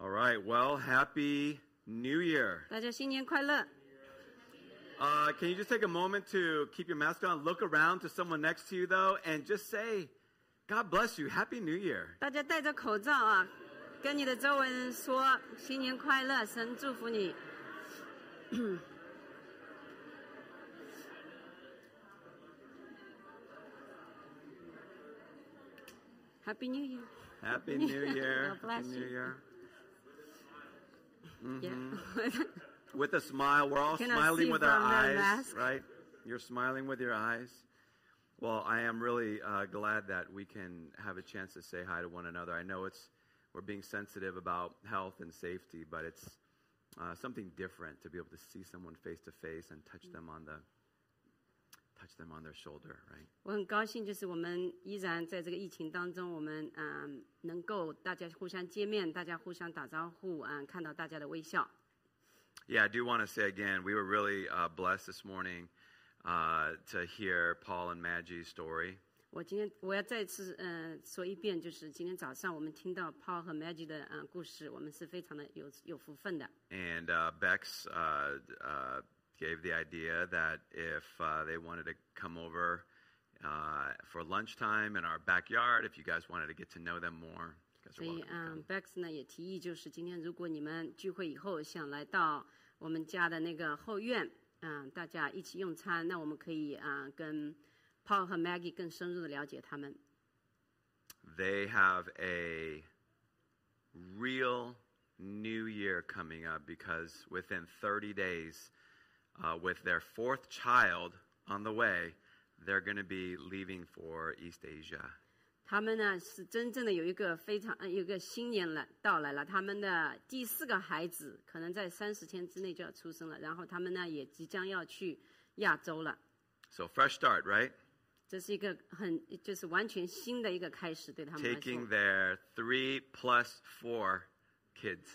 right. Well, happy New Year. 大家新年快乐！ Uh, can you just take a moment to keep your mask on, look around to someone next to you though, and just say, "God bless you. Happy New Year." 大家戴着口罩啊，跟你的周围人说新年快乐，神祝福你。Happy New Year！ Happy New Year. God bless Happy New you. Year. Yeah. With a smile, we're all Cannot smiling see with our from the eyes, mask. right? You're smiling with your eyes. Well, I am really uh, glad that we can have a chance to say hi to one another. I know it's we're being sensitive about health and safety, but it's uh, something different to be able to see someone face to face and touch them on the touch them on their shoulder, right? 我很高兴，就是我们依然在这个疫情当中，我们嗯、能够大家互相见面，大家互相打招呼，嗯、看到大家的微笑。 Yeah, I do want to say again, we were really uh, blessed this morning uh, to hear Paul and Maggie's story. 我今天我要再次嗯、呃说一遍，就是今天早上我们听到 Paul 和 Maggie 的嗯、呃故事，我们是非常的有有福分的。 And uh, Bex uh, uh, gave the idea that if uh, they wanted to come over uh, for lunchtime in our backyard, if you guys wanted to get to know them more, you guys 所 are 以 welcome. to come. 嗯、b e x 呢也提议，就是今天如果你们聚会以后想来到我们家的那个后院，嗯、大家一起用餐，那我们可以啊、呃跟 Paul 和 Maggie 更深入的了解他们。 They have a real new year coming up because within 30 days, uh, with their fourth child on the way, they're going to be leaving for East Asia. 他们呢是真正的有一个非常、呃、有一个新年来到来了，他们的第四个孩子可能在三十天之内就要出生了，然后他们呢也即将要去亚洲了， So, fresh start, right? 这是一个很就是完全新的一个开始对他们来 taking 说。 their three plus four kids.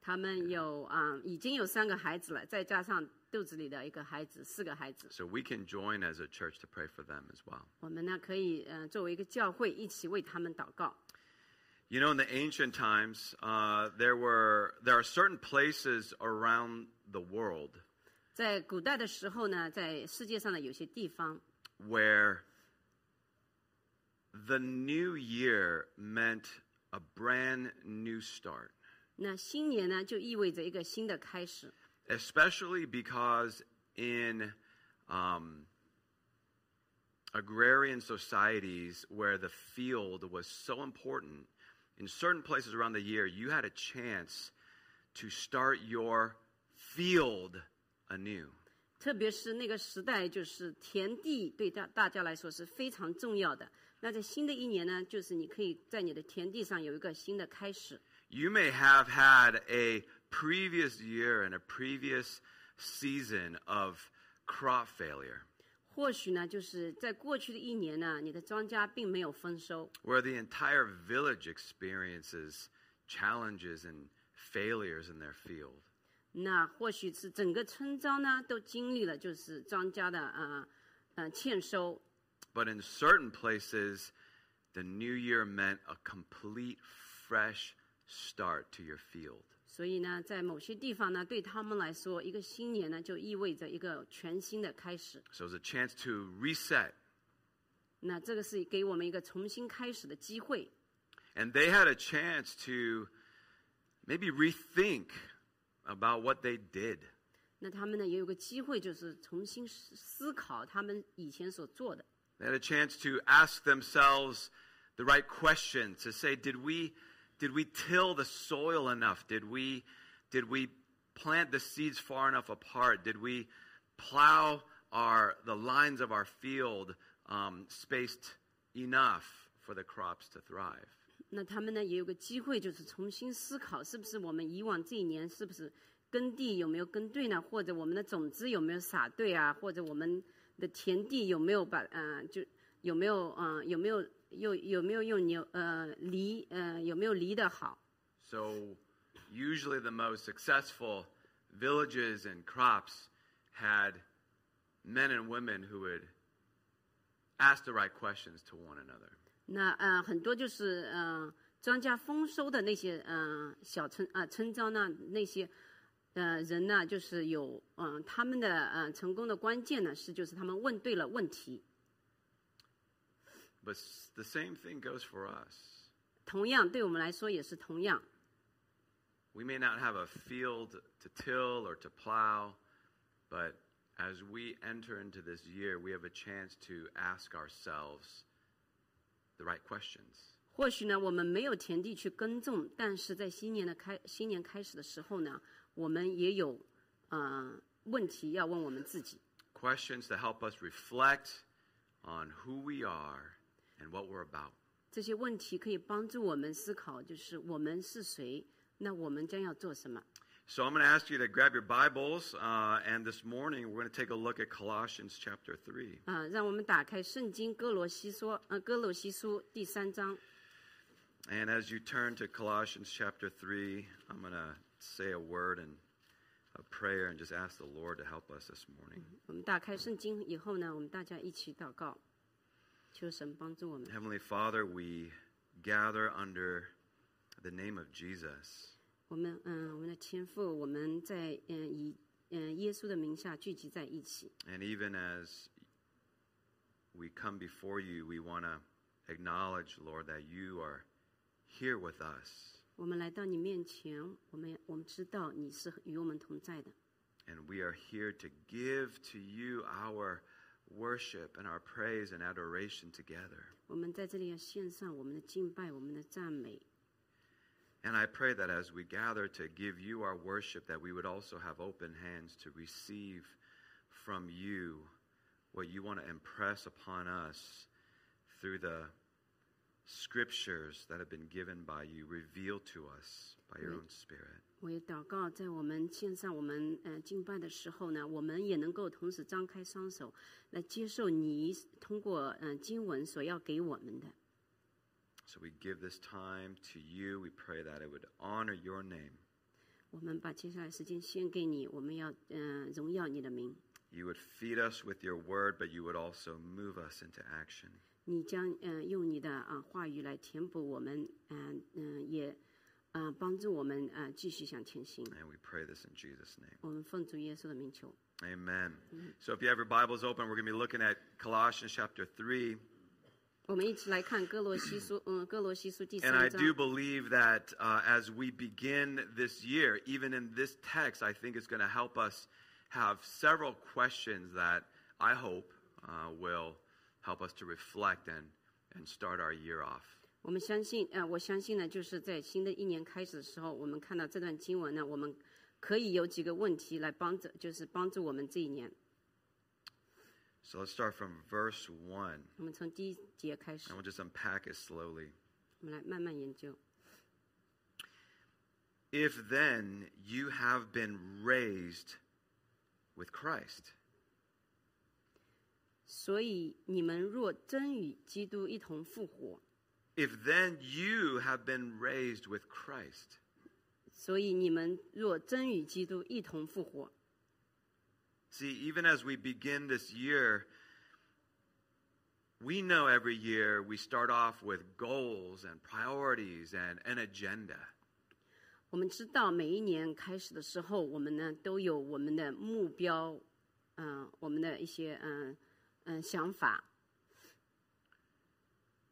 他们有啊、嗯已经有三个孩子了，再加上肚子里的一个孩子，四个孩子。 So we can join as a church to pray for them as well. 我们呢可以嗯、呃作为一个教会一起为他们祷告。 You know, in the ancient times, uh, there were there are certain places around the world 在古代的时候呢，在世界上的有些地方， where the new year meant a brand new start, 那新年呢就意味着一个新的开始。 especially because in um, agrarian societies where the field was so important, in certain places around the year, you had a chance to start your field anew. 特别是那个时代，就是田地对大大家来说是非常重要的。那在新的一年呢，就是你可以在你的田地上有一个新的开始。 You may have had a previous year and a previous season of crop failure 或许呢，就是在过去的一年呢，你的庄稼并没有丰收， where the entire village experiences challenges and failures in their field. 那或许是整个村庄呢都经历了就是庄稼的啊呃欠收。 But in certain places, the new year meant a complete fresh start to your field. 所以呢，在某些地方呢，对他们来说，一个新年呢就意味着一个全新的开始。 So it's a chance to reset. 那这个是给我们一个重新开始的机会。 And they had a chance to maybe rethink about what they did. 那他们呢也有个机会，就是重新思思考他们以前所做的。 They had a chance to ask themselves the right question to say, did we did we till the soil enough? Did we did we plant the seeds far enough apart? Did we plow our the lines of our field um, spaced enough for the crops to thrive? 那他们呢也有个机会，就是重新思考，是不是我们以往这一年是不是耕地有没有耕对呢？或者我们的种子有没有撒对啊？或者我们的田地有没有把呃就有没有呃有没有又有没有用牛呃犁呃有没有犁的好？ So usually the most successful villages and crops had men and women who would ask the right questions to one another. 那呃，很多就是呃，庄稼丰收的那些嗯、呃小村啊、村庄呢那些。呃，人呢，就是有，嗯、他们的嗯、呃成功的关键呢是，就是他们问对了问题。 But s- the same thing goes for us. 同样，对我们来说也是同样。 We may not have a field to till or to plow, but as we enter into this year, we have a chance to ask ourselves the right questions. 或许呢，我们没有田地去耕种，但是在新年的开新年开始的时候呢，我们也有呃问题要问我们自己， Questions to help us reflect on who we are and what we're about. 这些问题可以帮助我们思考，就是我们是谁，那我们将要做什么。 So I'm going to ask you to grab your Bibles, uh, and this morning we're going to take a look at Colossians chapter 3. 啊、让我们打开圣经哥罗西说，呃，哥罗西书第三章。 And as you turn to Colossians chapter 3, I'm going to say a word and a prayer and just ask the Lord to help us this morning. 我们打开圣经以后呢，我们大家一起祷告，求神帮助我们。 Heavenly Father, we gather under the name of Jesus. 我们嗯、我们的天父，我们在嗯、以嗯、耶稣的名下聚集在一起。 And even as we come before you, we want to acknowledge, Lord, that you are here with us 我们来到你面前，我们我们知道你是与我们同在的， and we are here to give to you our worship and our praise and adoration together. 我们在这里要献上我们的敬拜，我们的赞美。 And I pray that as we gather to give you our worship, that we would also have open hands to receive from you what you want to impress upon us through the scriptures that have been given by you, revealed to us by your own spirit. 我也祷告，在我们献上我们呃敬拜的时候呢，我们也能够同时张开双手来接受你通过嗯、呃经文所要给我们的。 So we give this time to you. We pray that it would honor your name. 我们把接下来时间献给你，我们要嗯、呃荣耀你的名。 You would feed us with your word, but you would also move us into action. 你将呃用你的啊、话语来填补我们，嗯、嗯、也啊、呃帮助我们啊、呃继续向前行。 And we pray this in Jesus' name. 我们奉主耶稣的名求。 Amen. So if you have your Bibles open, we're going to be looking at Colossians chapter 3. 我们一起来看哥罗西书，嗯，哥罗西书第 And I 三 do 章。 believe that uh, as we begin this year, even in this text, I think it's going to help us have several questions that I hope uh, will help us to reflect and, and start our year off. 我们相信，呃，我相信呢，就是在新的一年开始的时候，我们看到这段经文呢，我们可以有几个问题来帮助，就是帮助我们这一年。 So let's start from verse 1, 我们从第一节开始 and，we'll just unpack it slowly. 我们来慢慢研究。 If then you have been raised with Christ, 所以你们若真与基督一同复活， if then you have been raised with Christ, 所以你们若真与基督一同复活， See, even as we begin this year, we know every year we start off with goals and priorities and an agenda. 我们知道每一年开始的时候，我们呢都有我们的目标，嗯、我们的一些嗯嗯、呃想法。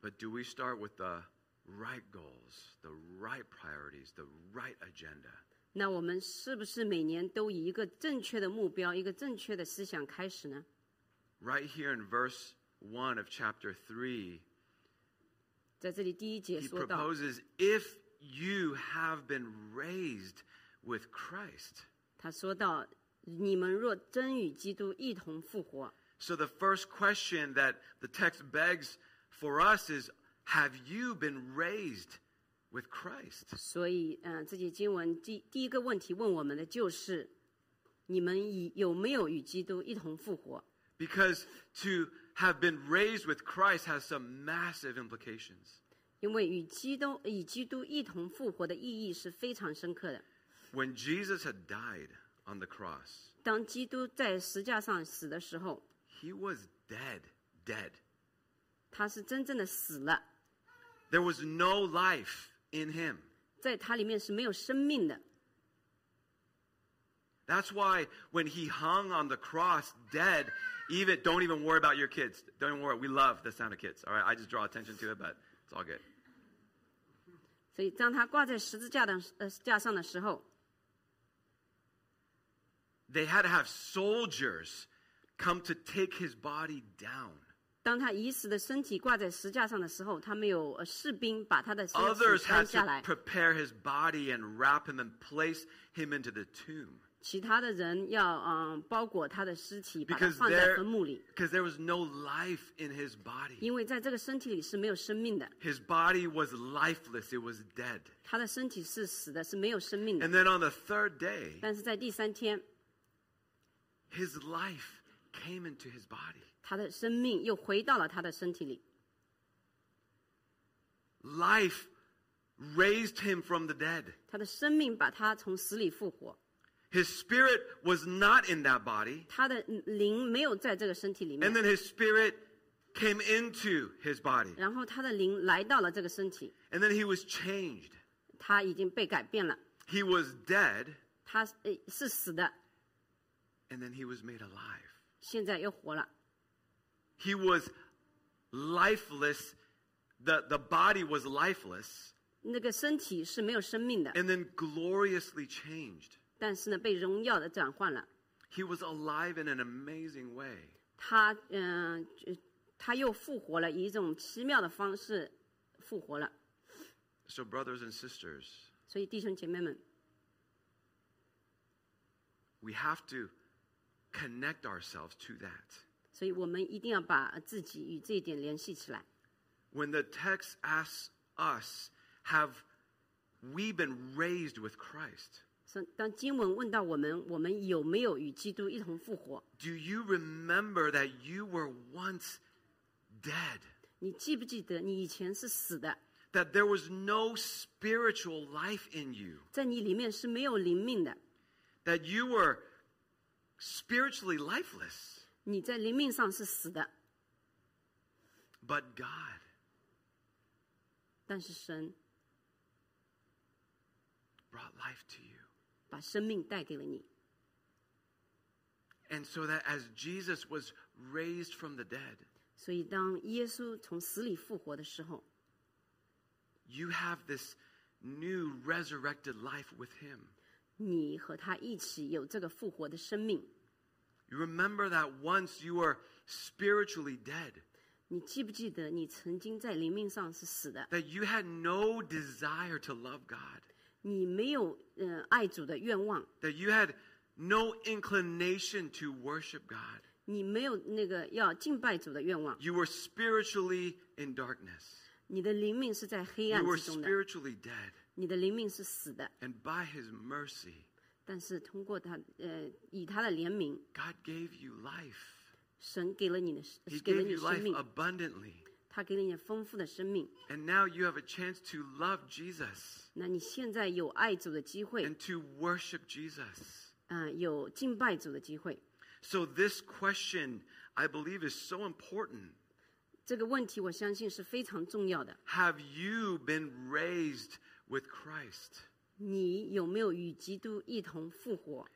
But do we start with the right goals, the right priorities, the right agenda? 那我们是不是每年都以一个正确的目标、一个正确的思想开始呢？ Right here in verse 1 of chapter 3, 在这里第一节 he 说到， proposes if you have been raised with Christ. 他说到：“你们若真与基督一同复活。 So the first question that the text begs for us is have you been raised with Christ? ”所以，嗯、这节经文第第一个问题问我们的就是：你们以有没有与基督一同复活？ Because to have been raised with Christ has some massive implications. 因为与基督与基督一同复活的意义是非常深刻的。 When Jesus had died on the cross, 当基督在石架上死的时候， he was dead, dead. 他是真正的死了， There was no life in Him. 在它里面是没有生命的。 That's why when He hung on the cross dead, even don't even worry about your kids. Don't even worry. We love the sound of kids. All right, I just draw attention to it, but it's all good. 所以当它挂在十字架的呃架上的时候， They had to have soldiers come to take His body down. 当他已死的身体挂在石架上的时候，他们有呃士兵把他的身体 Others 搬 had 下 to 来， prepare his body and wrap him and place him into the tomb 其他的人要嗯、包裹他的尸体，把它 because 放在 there, 坟墓里， because there was no life in his body. 因为在这个身体里是没有生命的， His body was lifeless, it was dead. 他的身体是死的，是没有生命的。 And then on the third day, 但是在第三天， his life came into his body. 他的生命又回到了他的身体里， Life raised him from the dead. 他的生命把他从死里复活， His spirit was not in that body, 他的灵没有在这个身体里面 and，then his spirit came into his body. 然后他的灵来到了这个身体， And then he was changed. 他已经被改变了， He was dead, 他呃是死的， and then he was made alive. 现在又活了。 He was lifeless. The, the body was lifeless 那个身体是没有生命的， and then gloriously changed. 但是呢，被荣耀的转换了。 He was alive in an amazing way. 他嗯、呃他又复活了，以一种奇妙的方式复活了。 So, brothers and sisters, 所以弟兄姐妹们， we have to connect ourselves to that. 所以我们一定要把自己与这一点联系起来。 When the text asks us, have we been raised with Christ? 所以当经文问到我们，我们有没有与基督一同复活？ Do you remember that you were once dead? 你记不记得你以前是死的， That there was no spiritual life in you? 在你里面是没有灵命的， that you were spiritually lifeless, 你在灵命上是死的， but God, 但是神 brought life to you. 把生命带给了你。 And so that as Jesus was raised from the dead, 所以当耶稣从死里复活的时候， you have this new resurrected life with him. 你和他一起有这个复活的生命。 You remember that once you were spiritually dead, 你记不记得你曾经在灵命上是死的？ that you had no desire to love God, 你没有呃爱主的愿望， that you had no inclination to worship God. 你没有那个要敬拜主的愿望， You were spiritually in darkness. 你的灵命是在黑暗 You were 之中的， spiritually dead. 你的灵命是死的。 And by his mercy, 但是通过他呃以他的怜悯， God gave you life. 神给了你的 He 给了 gave 你 you 生 life 命， abundantly. 他给了你丰富的生命。 And now you have a chance to love Jesus 那你现在有爱主的机会， and to worship Jesus. 嗯、有敬拜主的机会。 So, this question, I believe, is so important. 这个问题我相信是非常重要的。 Have you been raised with Christ? 你有没有与基督一同复活？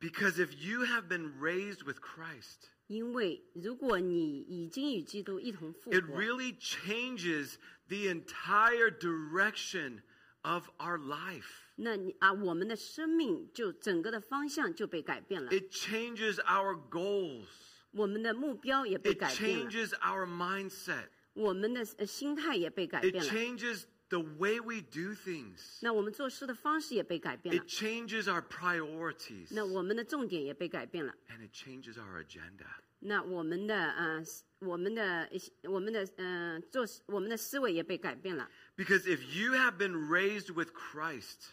Because if you have been raised with Christ, 因为如果你已经与基督一同复 it 活， really changes the entire direction of our life. 那你啊，我们的生命就整个的方向就被改变了， It changes our goals. 我们的目标也被 It 改变了， changes our mindset. 我们的呃心态也被改 It 变了， changes the way we do things. 那我们做事的方式也被改变了 It，changes our priorities. 那我们的重点也被改变了， And it changes our agenda. 那我们的呃，我们的一些我们的呃做事我们的思维也被改变了， Because if you have been raised with Christ,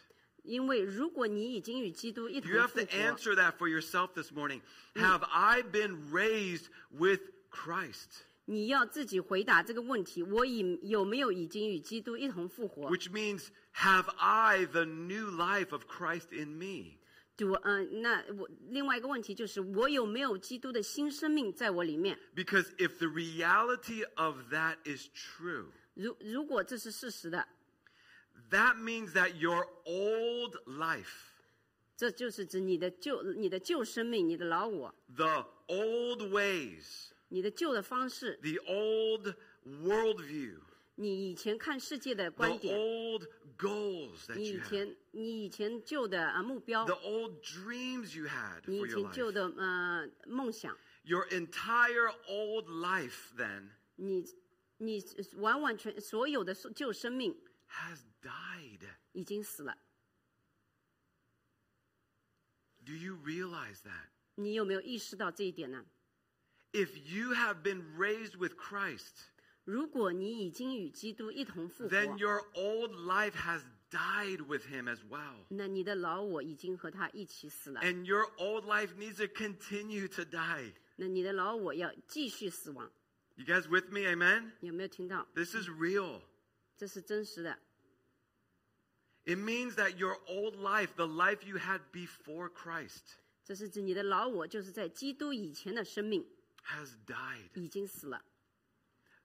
因为如果你已经与基督一同 you have 复 to 活。 answer that for yourself this morning. Have I been raised with Christ? 你要自己回答这个问题：我已有没有已经与基督一同复活 Which means, have I the new life of Christ in me? 主，嗯、那我另外一个问题就是，我有没有基督的新生命在我里面？ Because if the reality of that is true, 如如果这是事实的， that means that your old life, 这就是指你的旧、你的旧生命、你的老我、 the old ways, 你的旧的方式、 the old worldview, 你以前看世界的观 the 点、 old goals that 你 you 以 had, 前、你以前旧的啊目标、 the old dreams you had 你 for 以 your 前旧 life. 的呃梦想， Your entire old life then 你你完完全所有的所旧生命 has died. 已经死了。 Do you realize that? 你有没有意识到这一点呢？ If you have been raised with Christ, 如果你已经与基督一同复 then 活， your old life has died with him as well. 那你的老我已经和他一起死了。 And your old life needs to continue to die. 那你的老我要继续死亡， You guys with me? Amen? 有没有听到？ This is real. 这是真实的。 It means that your old life, the life you had before Christ, 这是指你的老我，就是在基督以前的生命 has died. 已经死了。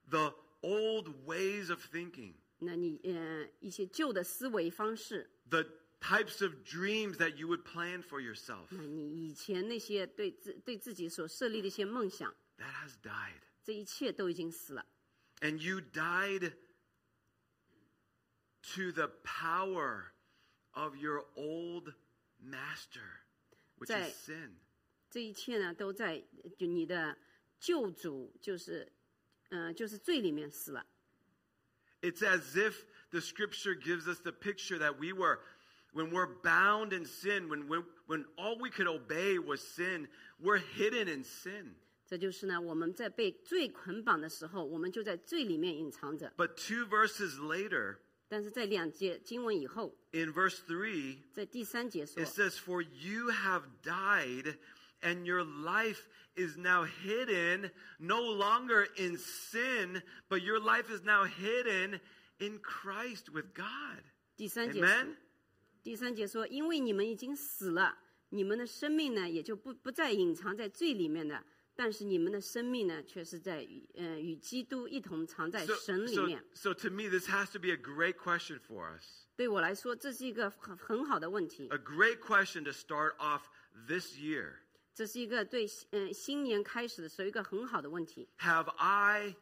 The old ways of thinking, 那你呃一些旧的思维方式， the types of dreams that you would plan for yourself, 那你以前那些对自对自己所设立的一些梦想， that has died. 这一切都已经死了。 And you died to the power of your old master, which Right. is sin. 这一切呢，都在就你的救主，就是嗯、呃就是罪里面死了。 It's as if the scripture gives us the picture that we were, when we're bound in sin, when, when, when all we could obey was sin, we're hidden in sin. 这就是呢，我们在被罪捆绑的时候，我们就在罪里面隐藏着。 But two verses later, 但是在两节经文以后， in verse 3, 在第三节说 it，says, For you have died, and your life is now hidden, no longer in sin, but your life is now hidden in Christ with God. 第三节 Amen? 第三节说，因为你们已经死了，你们的生命呢也就不不再隐藏在罪里面了。但是你们的生命呢，却是在与呃与基督一同藏在 So, 神里 so, 面。 so to me, this has to be a great question for us. 对我来说，这是一个很很好的问题， A great question to start off this year. 这是一个对嗯、呃、新年开始的时候一个很好的问题。 Have I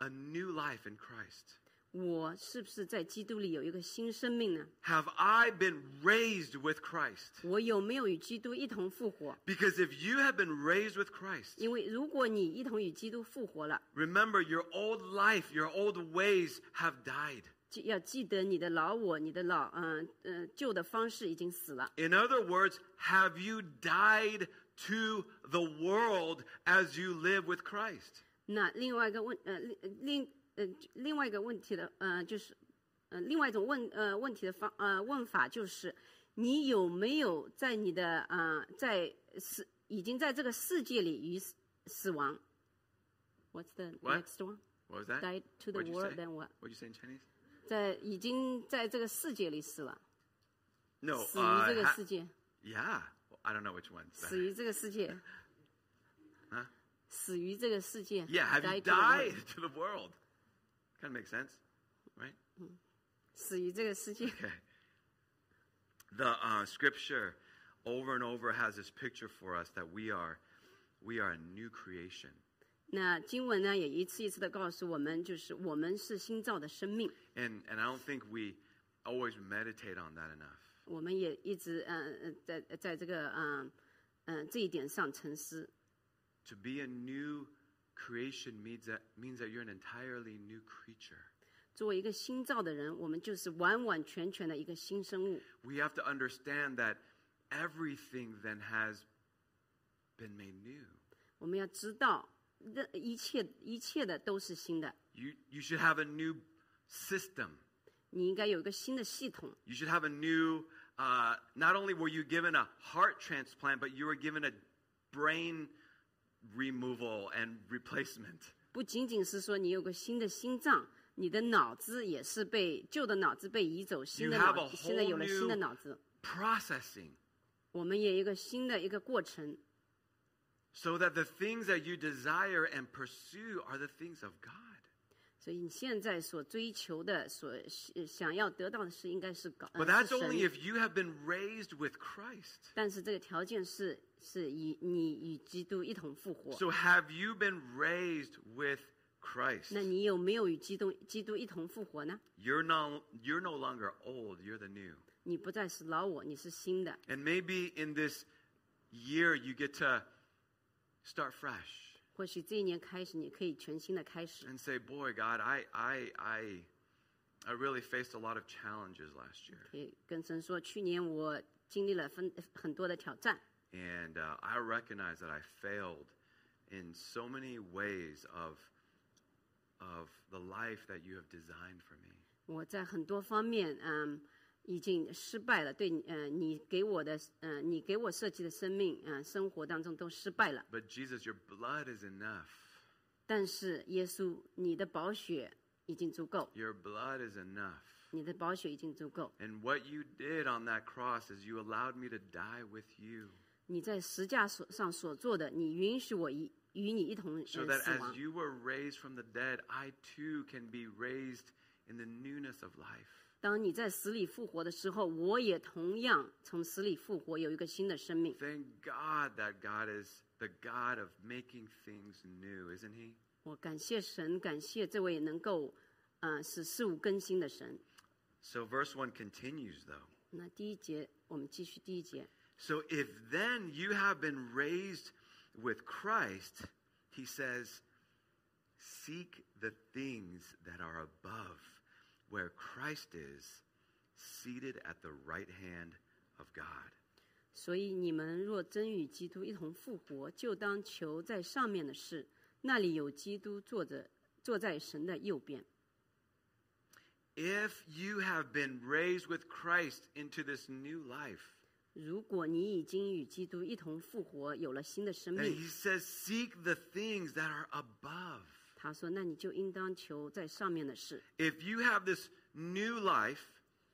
a new life in Christ? 我是不是在基督里有一个新生命呢？ Have I been raised with Christ? 我有没有与基督一同复活？ Because if you have been raised with Christ, 因为如果你一同与基督复活了， remember your old life, your old ways have died. 就要记得你的老我、你的老嗯呃旧的方式已经死了。 In other words, have you died to the world as you live with Christ? 那另外一个问呃另另呃另外一个问题的呃就是呃另外一种问呃问题的方呃问法就是你有没有在你的呃在世已经在这个世界里与死死亡？What's the What? next one? What was that? Died to the What'd you world, say? then what? What'd you say in Chinese? 在已经在这个世界里死了， No. 死 uh, 于这个 ha- 世界， yeah. Well, I don't know which one's 死 better. 于这个世界， Huh? 死于这个世界。 Yeah, have 啊 you die to died to the world，the world? Kind of makes sense, right? 死于这个世界。 Okay. The uh, scripture over and over has this picture for us that we are we are a new creation. 那经文呢，也一次一次的告诉我们，就是我们是新造的生命。 And and I don't think we always meditate on that enough. 我们也一直嗯嗯、呃在在这个嗯嗯、呃这一点上沉思。 To be a new creation means that means that you're an entirely new creature. 作为一个新造的人，我们就是完完全全的一个新生物。 We have to understand that everything then has been made new. 我们要知道，任一切一切的都是新的。 You you should have a new system. 你应该有一个新的系统。 You should have a new, uh, not only were you given a heart transplant, but you were given a brain removal and replacement. 不仅仅是说你有个新的心脏，你的脑子也是被旧的脑子被移走，新的 have a 脑子现在有了新的 whole new- 脑子， Processing. 我们也有一个新的一个过程， So that the things that you desire and pursue are the things of God. 所所以你现在所追求的、所呃想要得到的是，应该是高。呃 But that's 是神 only if you have been raised with Christ. 但是这个条件是，是以你与基督一同复活。 So have you been raised with Christ? 那你有没有与基督基督一同复活呢？ You're no, you're no longer old, you're the new. 你不再是老我，你是新的。 And maybe in this year you get to start fresh 或许这一年开始，你可以全新的开始。 and say, "Boy, God, I I I I really faced a lot of challenges last year, 可以跟神说，去年我经历了分很多的挑战， and uh, I recognize that I failed in so many ways of of the life that you have designed for me." 我在很多方面，嗯，已经失败了。对你，呃，你给我的，呃，你给我设计的生命，嗯、生活当中都失败了。 But Jesus, your blood is enough. 但是耶稣，你的宝血已经足够， Your blood is enough. 你的宝血已经足够。 And what you did on that cross is you allowed me to die with you. 你在十架所上所做的，你允许我一与你一同、呃、 so that 死 as 亡。 you were raised from the dead, I too can be raised in the newness of life. 当你在死里复活的时候，我也同样从死里复活，有一个新的生命。 Thank God that God is the God of making things new, isn't He? 我感谢神，感谢这位能够，呃，使事物更新的神。 So, verse 1 continues though. 那第一节，我们继续第一节。 So, if then you have been raised with Christ, He says, seek the things that are above, where Christ is seated at the right hand of God. 所以你们若真与基督一同复活，就当求在上面的事，那里有基督坐着，坐在神的右边。 If you have been raised with Christ into this new life, 如果你已经与基督一同复活，有了新的生 then 命， he says, seek the things that are above. 他说，那你就应当求在上面的事。 If you have this new life,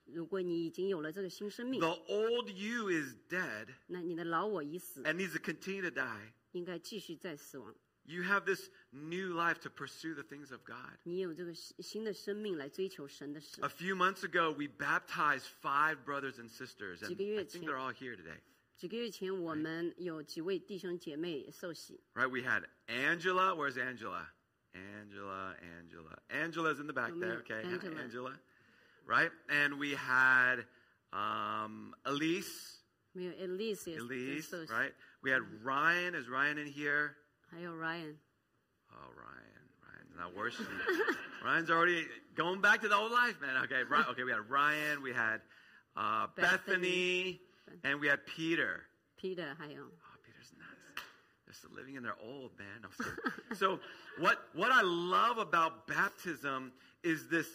如果你已经有了这个新生命， the old you is dead 那你的老我已死， and needs to continue to die. 应该继续再死亡。 You have this new life to pursue the things of God. 你有这个新新的生命来追求神的事 A。few months ago, we baptized five brothers and sisters, and I think they're all here today. 几个月前，我们有几位弟兄姐妹受洗， Right? We had Angela. Where's Angela? Angela, Angela. Angela's in the back Oh, there. yeah, Okay. Hi, Angela. Angela. Right? And we had um, Elise. 没有 Elise 也也 Elise, 受洗， right? We had Ryan. Is Ryan in here? 还有 Ryan。 Oh, Ryan. Ryan's not worshiping. Ryan's already going back to the old life, man. Okay. Right. Okay. We had Ryan. We had uh, Bethany, Bethany. And we had Peter. Peter 还有， Oh, Peter's nuts. They're still living in their old man. No, I'm just kidding. so what what I love about baptism is this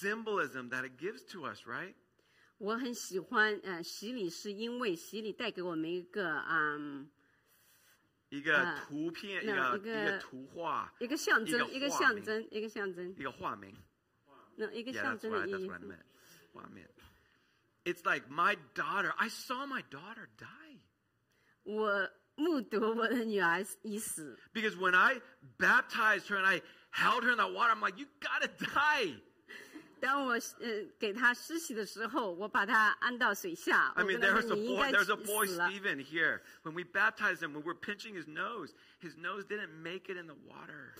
symbolism that it gives to us, right? 我很喜欢呃洗礼，是因为洗礼带给我们一个嗯一个啊，图片，那一个-一个-一个图画，一个象一个征，一个画象名征，一个象征，一个画面。那一个 Yeah, 象 that's 征 what, I, 的 that's 意义 what I。meant. What I meant. It's like my daughter. I saw my daughter die 我目睹我的女儿已死， because when I baptized her and I held her in the water, I'm like, you gotta die. 当我呃给她施洗的时候，我把她按到水下，Oh, I 我 mean, 跟她 there's a 说你应 boy. 该 There's a 死 boy 死了。 Stephen here. When we baptized him, when we were pinching his nose, his nose didn't make it in the water.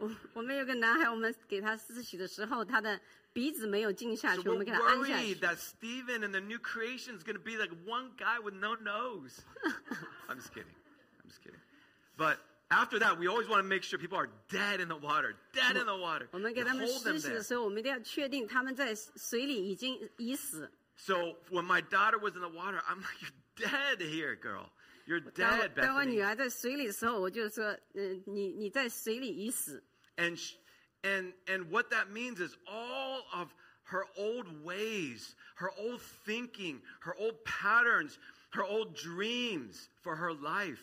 我我们有个男孩，我们给他施洗的时候，他的鼻子没有进下 So 去，我 we're 们给他按下 worried 去。 that Stephen and the new creation is going to be like one guy with no nose. I'm just kidding. I'm just kidding. But after that, we always want to make sure people are dead in the water, dead in the water. 我们给 You 他们 hold 施 them 洗的 there. 时候，我们一定要确定他们在水里已经已死。 So when my daughter was in the water, I'm like, "You're dead here, girl. You're 当我 dead, 当我女 Bethany." 儿在水里的时候，我就说，嗯、你你在水里已死。 and sh- and and what that means is all of her old ways her old thinking her old patterns her old dreams for her life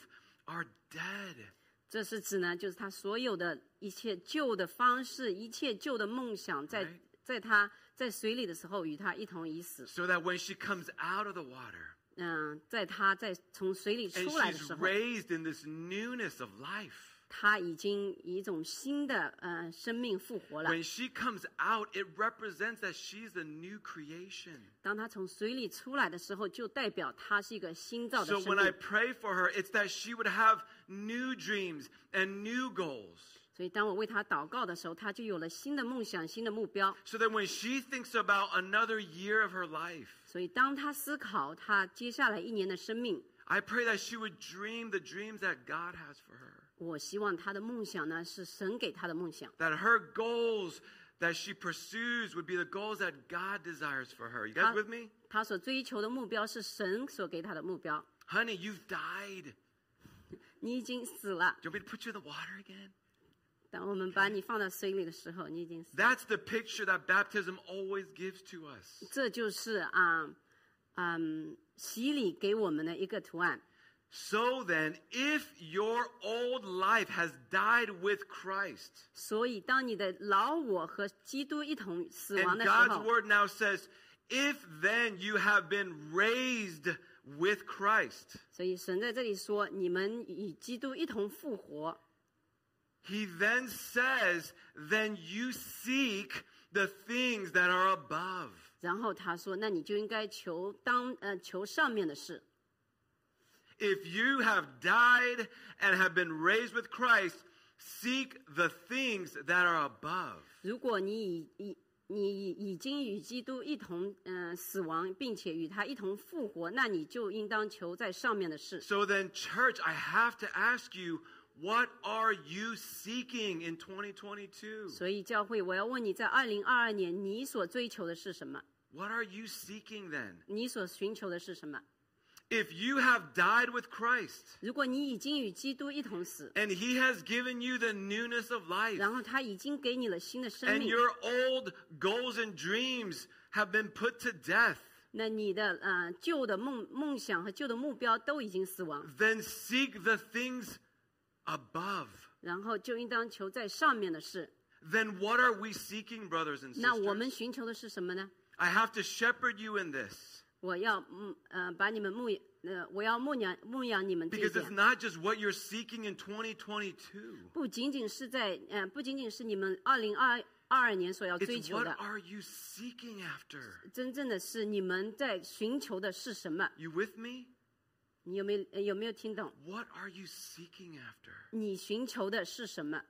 are dead 这是指呢，就是他所有的一切旧的方式，一切旧的梦想，在 Right. 在他在水里的时候，与他一同已死。 so that when she comes out of the water 嗯、在他在从水里 and 出来的 she's 时候， raised in this newness of life 他他已经以一种新的呃生命复活了。 When she comes out, it represents that she's the new creation. 当他从水里出来的时候，就代表他是一个新造的 So 生 when I 命。 pray for her, it's that she would have new dreams and new goals. 所以，当我为他祷告的时候，他就有了新的梦想、新的目标。 So that when she thinks about another year of her life, 所以，当他思考他接下来一年的生命， I pray that she would dream the dreams that God has for her. 我希望他的梦想呢是神给他的梦想。 That her goals that she pursues would be the goals that God desires for her. You guys Huh? with me? 他所追求的目标是神所给他的目标。 Honey, you've died. 你已经死了。 Do you want me to put you in the water again? 当我们把你放到水里的时候，你已经死了。 That's the picture that baptism always gives to us. 这就是啊，嗯，洗礼给我们的一个图案。 So then, if your old life has died with Christ, 所以，当你的老我和基督一同死亡 and 的时 God's 候， word now says, if then you have been raised with Christ, 所以神在这里说，你们与基督一同复活。 he then says, then you seek the things that are above. 然后他说，那你就应该求当呃求上面的事。 If you have died and have been raised with Christ, seek the things that are above. 如果你已已你已已经与基督一同嗯、呃死亡，并且与他一同复活，那你就应当求在上面的事。 So then, church, I have to ask you, what are you seeking in 2022? 所以，教会，我要问你在二零二二年，你所追求的是什么？ What are you seeking then? 你所寻求的是什么？ If you have died with Christ 如果你已经与基督一同死， and he has given you the newness of life 然后他已经给你了新的生 and 命， your old goals and dreams have been put to death, 那你的呃旧的梦梦想和旧的目标都已经死亡， then seek the things above. 然后就应当求在上面的事。 Then what are we seeking, brothers and 那我们 sisters? 寻求的是什么呢？ I have to shepherd you in this 我要嗯呃把你们牧养呃我要牧养牧养你们这一 because it's 点， not just what you're seeking in 2022. 不仅仅是在呃不仅仅是你们二零二二年所要追 It's 求 what 的， are you seeking after? 真正的是你们在寻求的是什么？ You with me? 你有没有呃有没有听懂？ What are you seeking after? 你寻求的是什么？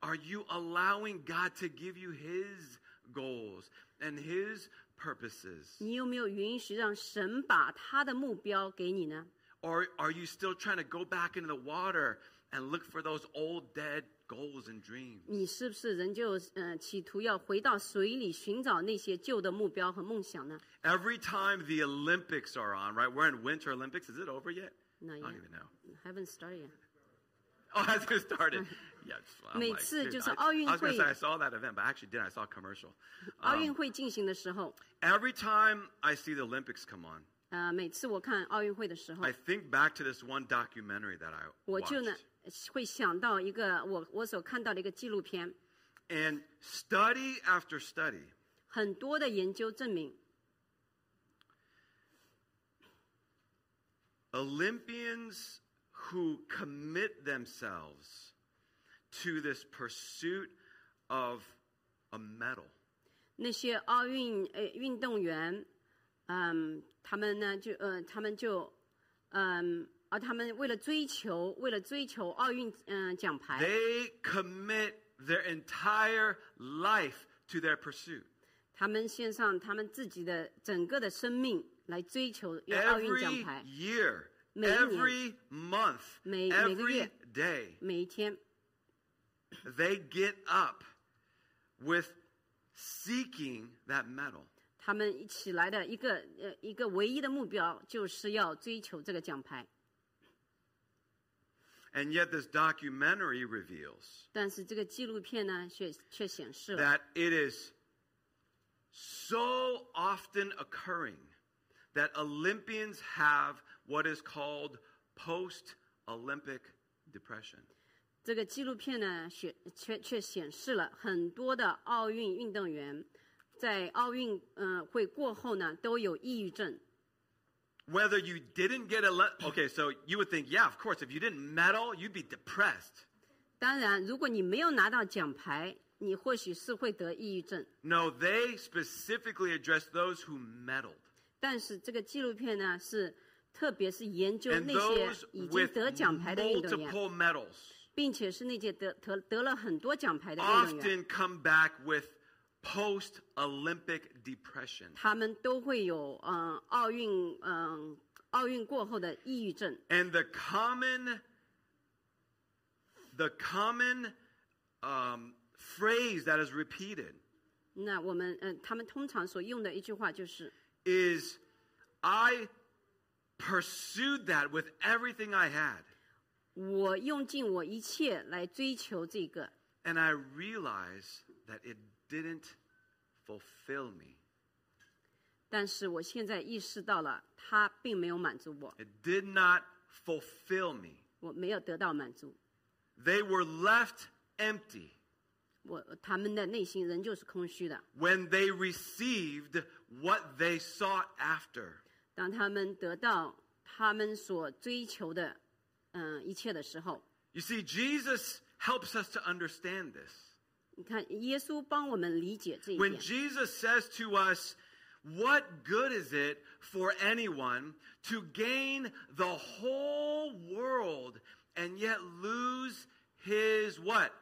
Are you allowing God to give you His goals and His purposes? 你有没有允许让神把他的目标给你呢？ Or are you still trying to go back into the water and look for those old dead goals and dreams? 你是不是仍旧呃企图要回到水里寻找那些旧的目标和梦想呢？ Every time the Olympics are on, right? We're in Winter Olympics. Is it over yet? Not I don't yet. even know. Haven't started yet. Oh, that's who started. Yeah, I'm like, 每次 dude, 就是 I, 奥运 I 会- was going to say I saw that event, but I actually didn't. I saw a commercial. 奥 Um, 运会进行的时候， Every time I see the Olympics come on, 呃，每次我看奥运会的时候 I，think back to this one documentary that I 我 watched. 就呢会想到一个我我所看到的一个纪录片， And study after study, 很多的研究证明， Olympians who commit themselves to this pursuit of a medal 那些奥运呃运动员，嗯，他们呢就呃他们就嗯啊他们为了追求为了追求奥运嗯、奖牌， they commit their entire life to their pursuit. 他们献上他们自己的整个的生命来追求要奥运奖 Every 牌， year, 每一年。 every month, 每- every 每个月。 day, 每一天 they get up with seeking that medal. 他们一起来的一个呃一个唯一的目标就是要追求这个奖牌， And yet, this documentary reveals 但是这个纪录片呢却却显示了。 that it is so often occurring that Olympians have what is called post Olympic depression. 这个纪录片呢，显却却显示了很多的奥运运动员在奥运嗯、呃会过后呢，都有抑郁症。 Whether you didn't get a le- okay, so you would think, yeah, of course, if you didn't medal, you'd be depressed. 当然，如果你没有拿到奖牌，你或许是会得抑郁症。 No, they specifically addressed those who meddled 但是这个纪录片呢，是特别是研究 and 那些 those 已经 with 得奖牌的运动员， multiple medals 并且是那些得得得了很多奖牌的运动员， often come back with post Olympic depression. 他们都会有嗯、呃奥运嗯、奥运过后的抑郁症。 And the common, the common um, phrase that is repeated 那我们嗯、他们通常所用的一句话就是： is, "I pursued that with everything I had, 我用尽我一切来追求这个， and I realized that it didn't fulfill me. 但是我现在意识到了，他并没有满足我， It did not fulfill me. 我没有得到满足， They were left empty." 我他们的内心仍旧是空虚的。 When they received what they sought after, 当他们得到他们所追求的，嗯、一切的时候， you see, Jesus helps us to understand this. 你看，耶稣帮我们理解这一 When 点。 Jesus says to us, What good is it for anyone to gain the whole world and yet lose his what?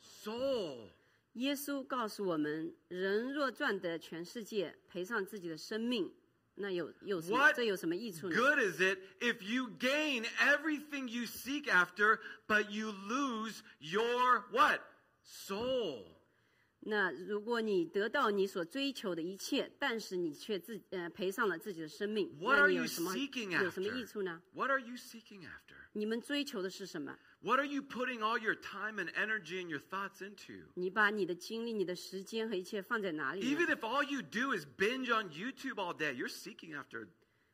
Soul. 耶稣告诉我们，人若赚得全世界，赔上自己的生命，那有有什么？ What 这有什么益处呢？ Good is it if you gain everything you seek after, but you lose your what? Soul. 那如果你得到你所追求的一切，但是你却自呃赔上了自己的生命， What 那 are 你 you 有什么 seeking 有什么益 after? 处呢？ What are you seeking after? 你们追求的是什么？ What are you putting all your time and energy and your thoughts into? 你把你的精力、你的时间和一切放在哪里呢 Even if all you do is binge on YouTube all day, you're seeking after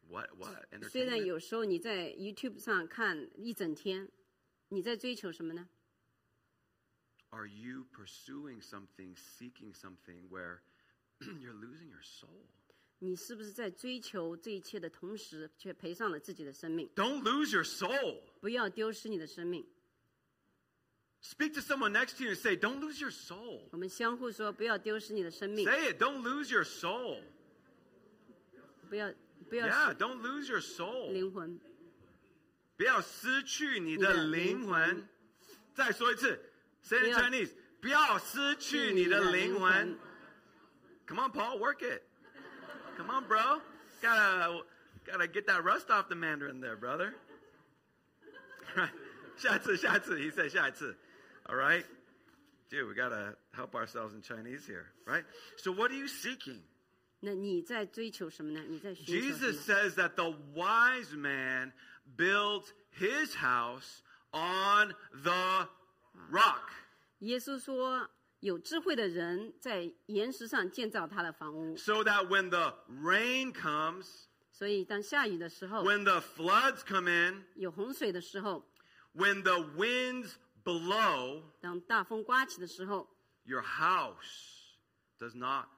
what? What? 虽然 Entertainment? 有时候你在 YouTube 上看一整天，你在追求什么呢？ Are you pursuing something, seeking something where you're losing your soul? 你是不是在追求这一切的同时，却赔上了自己的生命？ Don't lose your soul. 不要丢失你的生命。 Speak to someone next to you and say, Don't lose your soul. 我们相互说，不要丢失你的生命， Say it. Don't lose your soul. 不要不要 Yeah, 失 don't lose your soul. 灵魂。不要失去你的灵魂。再说一次，say it in 不要- Chinese. 不要失去你的灵魂。去你的灵魂。 Come on, Paul, work it. Come on, bro. Gotta gotta get that rust off the Mandarin there, brother. Right. 下次，下次, he said 下次. All right? Dude, we gotta help ourselves in Chinese here, right? So what are you seeking? 那你在追求什么呢？你在寻求什 Jesus 么？ says that the wise man built his house on the rock. 耶稣说，有智慧的人在岩石上建造他的房屋， So that when the rain comes, 所以当下雨的时候， when the floods come in, 有洪水的时候， when the winds blow, 当大风刮起的时候， your house does not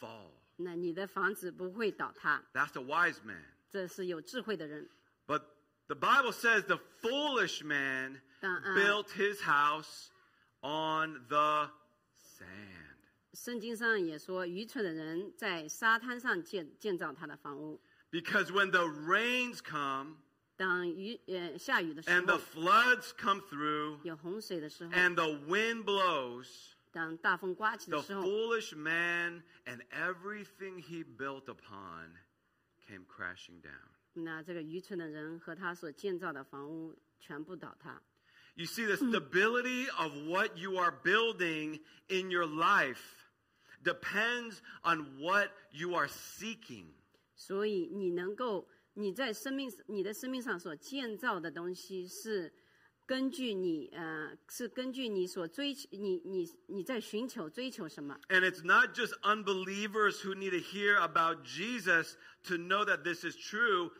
fall. 那你的房子不会倒塌。 That's the wise man. 这是有智慧的人。 But the Bible says the foolish man Uh-uh. built his house on the sand. 圣经上也说，愚蠢的人在沙滩上建建造他的房屋。 Because when the rains come 当雨呃下雨的时 and the 候， floods come through 有洪水的时候， and the wind blows, 当大风刮起 the 的时候， foolish man and everything he built upon came crashing down. 那这个愚蠢的人和他所建造的房屋全部倒塌。 You see, the stability of what you are building in your life depends on what you are seeking. 所以你能够你在生命你的生命上所建造的东西是根据你呃是根据你所追求你你你在寻求追求什么。 And it's not just unbelievers who need to hear about Jesus to know that this is true.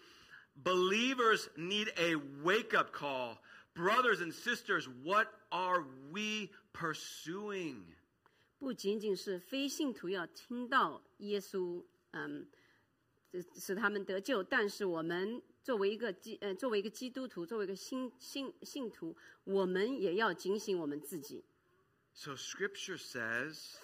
Believers need a wake up call. Brothers and sisters, what are we pursuing? 不仅仅是非信徒要听到耶稣，嗯，这使他们得救，但是我们作为一个基呃，作为一个基督徒，作为一个信信信徒，我们也要警醒我们自己。 So scripture says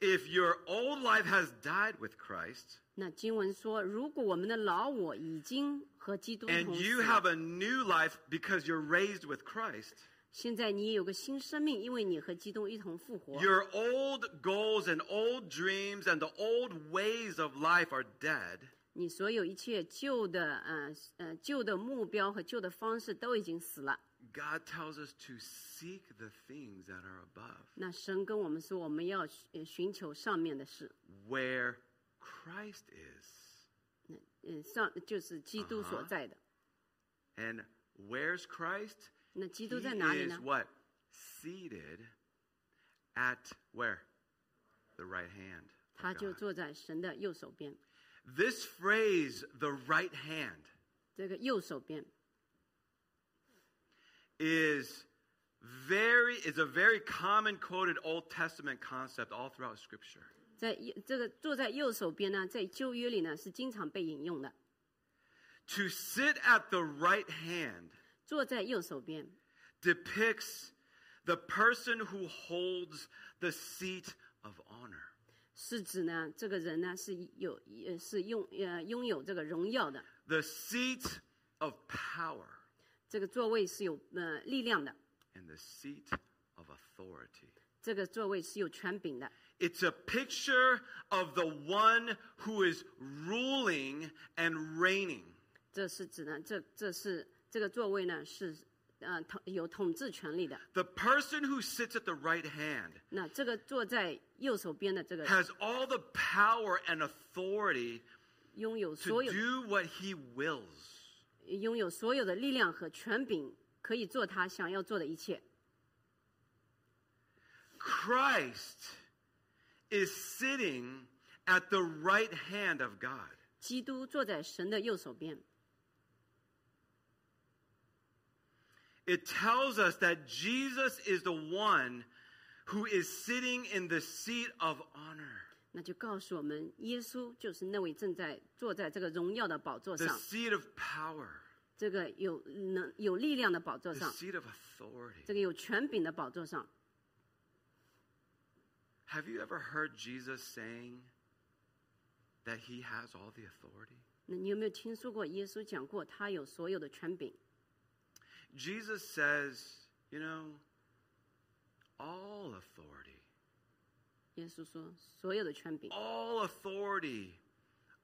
if your old life has died with Christ 那经文说，如果我们的老我已经和基督 and 同 you 死， have a new life because you're raised with Christ, 现在你也有个新生命，因为你和基督一同复活。 your old goals and old dreams and the old ways of life are dead. 你所有一切旧的呃呃旧的目标和旧的方式都已经死了。 God tells us to seek the things that are above. 那神跟我们说，我们要寻寻求上面的事， where Christ is. 嗯，上就是基督所 Uh-huh. 在的。 And where's Christ? 那基督 He 在哪里 is 呢？ what? Seated at where? The right hand. 他 of 就 God. 坐在神的右手边。 This phrase, the right hand, 这个右手边 is very is a very common quoted Old Testament concept all throughout Scripture. 在右这个坐在右手边呢，在旧约里呢是经常被引用的。 To sit at the right hand 坐在右手边， depicts the person who holds the seat of honor. 是指呢这个人呢是有呃是拥呃拥有这个荣耀的， the seat of power 这个座位是有呃力量的， and the seat of authority. 这个座位是有权柄的。 It's a picture of the one who is ruling and reigning. 这是指呢这这是这个座位呢是呃统有统治权力的。 The person who sits at the right hand 那这个坐在右手边的这个 has all the power and authority 拥有 to 所有 do what he wills. 拥有所有的力量和权柄，可以做他想要做的一切。 Christ is sitting at the right hand of God. 基督坐在神的右手边， It tells us that Jesus is the one who is sitting in the seat of honor, 那就告诉我们，耶稣就是那位正在坐在这个荣耀的宝座 the 上， seat of power, 这个有能有力量的宝座 the 上， seat of 这 authority. 个有权柄的宝座上。 Have you ever heard Jesus saying that he has all the authority? 那你有没有听说过耶稣讲过他有所有的权柄？ Jesus says, you know, all authority, 耶稣说，所有的权柄 all authority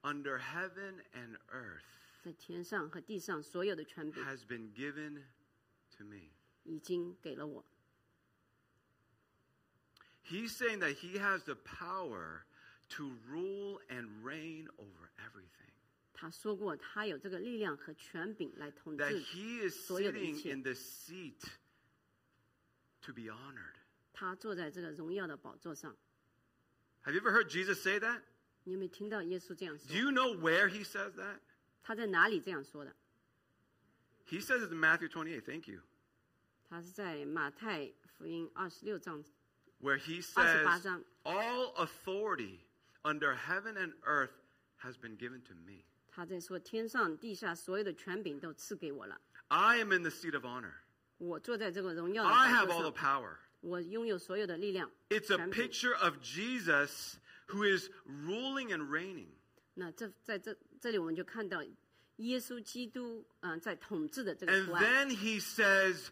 under heaven and earth 在天上和地上，所有的权柄 has been given to me. 已经给了我。 He's saying that he has the power to rule and reign over everything. 他说过，他有这个力量和权柄来统 That 治 he is 所有的一切。 sitting in the seat to be honored. 他坐在这个荣耀的宝座上。 Have you ever heard Jesus say that? 你有没有听到耶稣这样 Do 说？ you know where he says that? 他在哪里这样说的？ He says it in Matthew 28, thank you. 他是在马太福音二十六章 Where he 28 says, 章， All authority under heaven and earth has been given to me. 他在说天上地下所有的权柄都赐给我了， I am in the seat of honor. 我坐在这个荣耀 I 的 have 宝 all 座 the 上， power. 我拥有所有的力量。 It's a 权柄 picture of Jesus who is ruling and reigning. 那这在这这里我们就看到耶稣基督嗯、呃在统治的这个 And 图案。 then he says,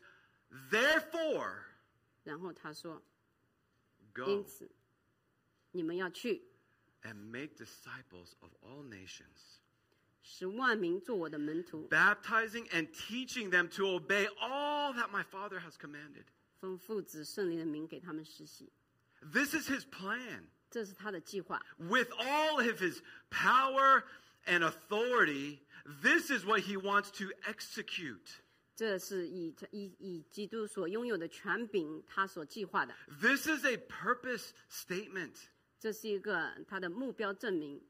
Therefore, 然后他说，因 go 此你们要去 and make disciples of all nations, 使万民做我的门徒， baptizing and teaching them to obey all that my Father has commanded. 吩咐子圣灵的名给他们实习。 This is his plan. 这是他的计划。 With all of his power and authority, this is what he wants to execute. 这是以以以基督所拥有的权柄，他所计划的， This is a purpose statement. 这是一个他的目标证明、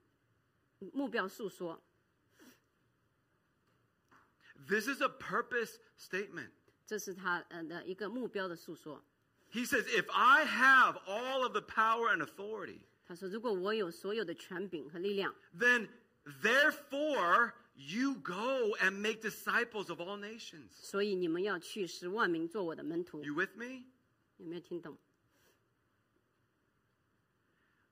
目标诉说， This is a purpose statement. 这是他呃的一个目标的诉说。 He says, If I have all of the power and authority, 他说：“如果我有所有的权柄和力量， then therefore You go and make disciples of all nations. 所以你们要去十万名做我的门徒， You with me? 有没有听懂？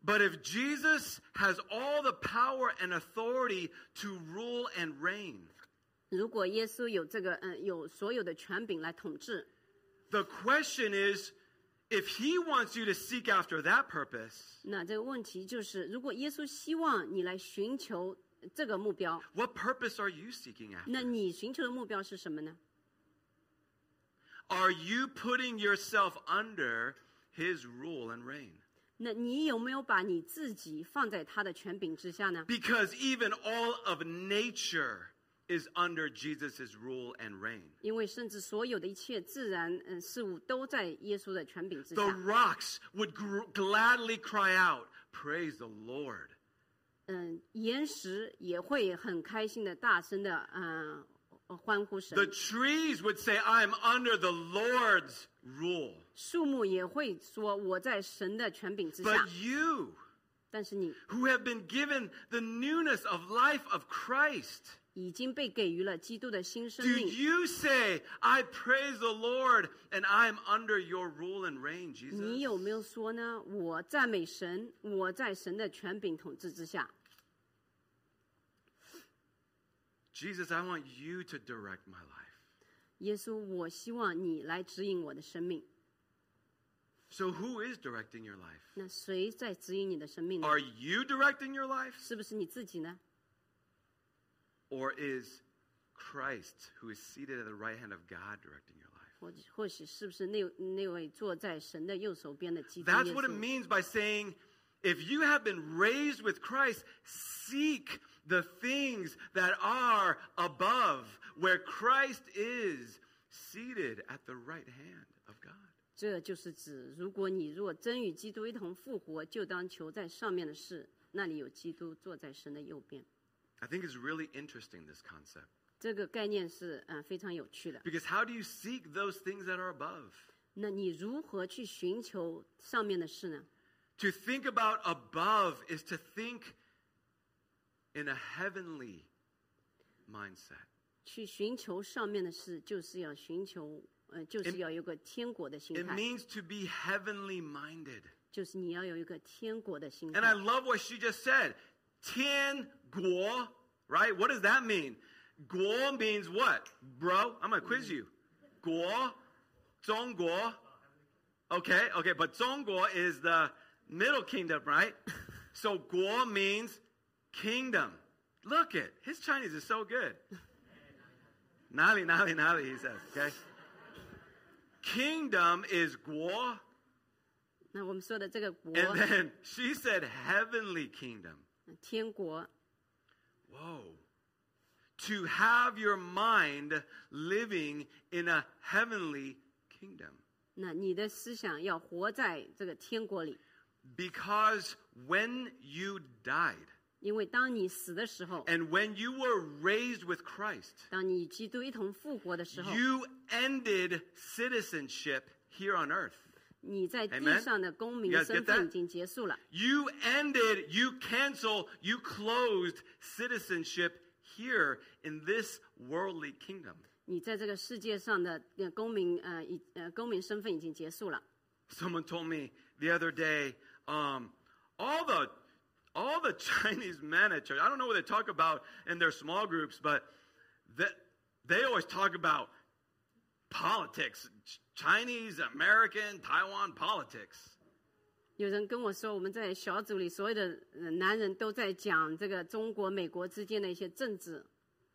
But if Jesus has all the power and authority to rule and reign, 如果耶稣有这个，嗯、有所有的权柄来统治， the question is if he wants you to seek after that purpose, 那这个问题就是，如果耶稣希望你来寻求这个目标， what purpose are you seeking after? 那你寻求的目标是什么呢？ Are you putting yourself under his rule and reign? 那你有没有把你自己放在他的权柄之下呢？ Because even all of nature is under Jesus' rule and reign. 因为甚至所有的一切自然嗯、呃事物都在耶稣的权柄之 The 下。 rocks would gr- gladly cry out, Praise the Lord. 嗯，岩石也会很开心的、大声的嗯、呃欢呼神 The，trees would say, I am under the Lord's rule. 树木也会说我在神的权柄之 But 下。 you, 但是你 who have been given the newness of life of Christ, 已经被给予了基督的新生 do 命。 you say, I praise the Lord and I am under your rule and reign, Jesus? 你有没有说呢？我赞美神，我在神的权柄统治之下。 Jesus, I want you to direct my life. 耶稣，我希望你来指引我的生命。 So, who is directing your life? 那谁在指引你的生命呢？ Are you directing your life? 是不是你自己呢？ Or is Christ, who is seated at the right hand of God, directing your life? 或或许是不是那那位坐在神的右手边的基督耶 That's what it 稣？ means by saying, if you have been raised with Christ, seek the things that are above, where Christ is seated at the right hand of God. 这就是指，如果你若真与基督一同复活，就当求在上面的事，那里有基督坐在神的右边。 I think it's really interesting, this concept, 这个概念是嗯、呃非常有趣的。 because how do you seek those things that are above? 那你如何去寻求上面的事呢？ To think about above is to think in a heavenly mindset. 去寻求上面的事，就是要寻求，呃，就是要有个天国的心 It 态， means to be heavenly minded. 就是你要有一个天国的心 And I 态。 love what she just said. Tian guo, right? What does that mean? Guo means what? Bro, I'm going to quiz you. Guo, Zhongguo. Okay, okay, but Zhongguo is the middle kingdom, right? So guo means kingdom. Look it. His Chinese is so good. Nali, nali, nali, he says, okay? Kingdom is guo, 那我们说的这个国， and then she said heavenly kingdom. 呃天国 Whoa. To have your mind living in a heavenly kingdom. 那你的思想要活在这个天国里， Because when you died 因为当你死的时候， and when you were raised with Christ, 当你与基督一同复活的时候， you ended citizenship here on earth. 你在 Amen 地上的公 You 民 guys 身 get that? 份已经结束了。 You ended, you canceled, you closed citizenship here in this worldly kingdom. 你在这个世界上的呃公民，呃，已呃公民身份已经结束了。 Someone told me the other day, um, all the all the Chinese men at church. I don't know what they talk about in their small groups, but that they always talk about politics, Ch- Chinese American Taiwan politics. 有人跟我说，我们在小组里所有的呃男人都在讲这个中国、美国之间的一些政治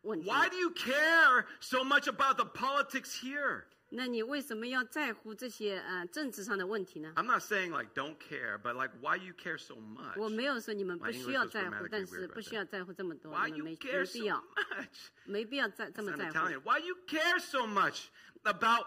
问题。 Why do you care so much about the politics here? 那你为什么要在乎这些呃政治上的问题呢？ I'm not saying like don't care, but like why you care so 我 much? 没有说你们不 My 需要 English was 在乎 grammatically，但 weird 是 right 不需要在乎这么多， Why 你们 you 没没 care 必 so 要， much? 没必要在这么 It's 在 not 乎 Italian.。Why you care so much about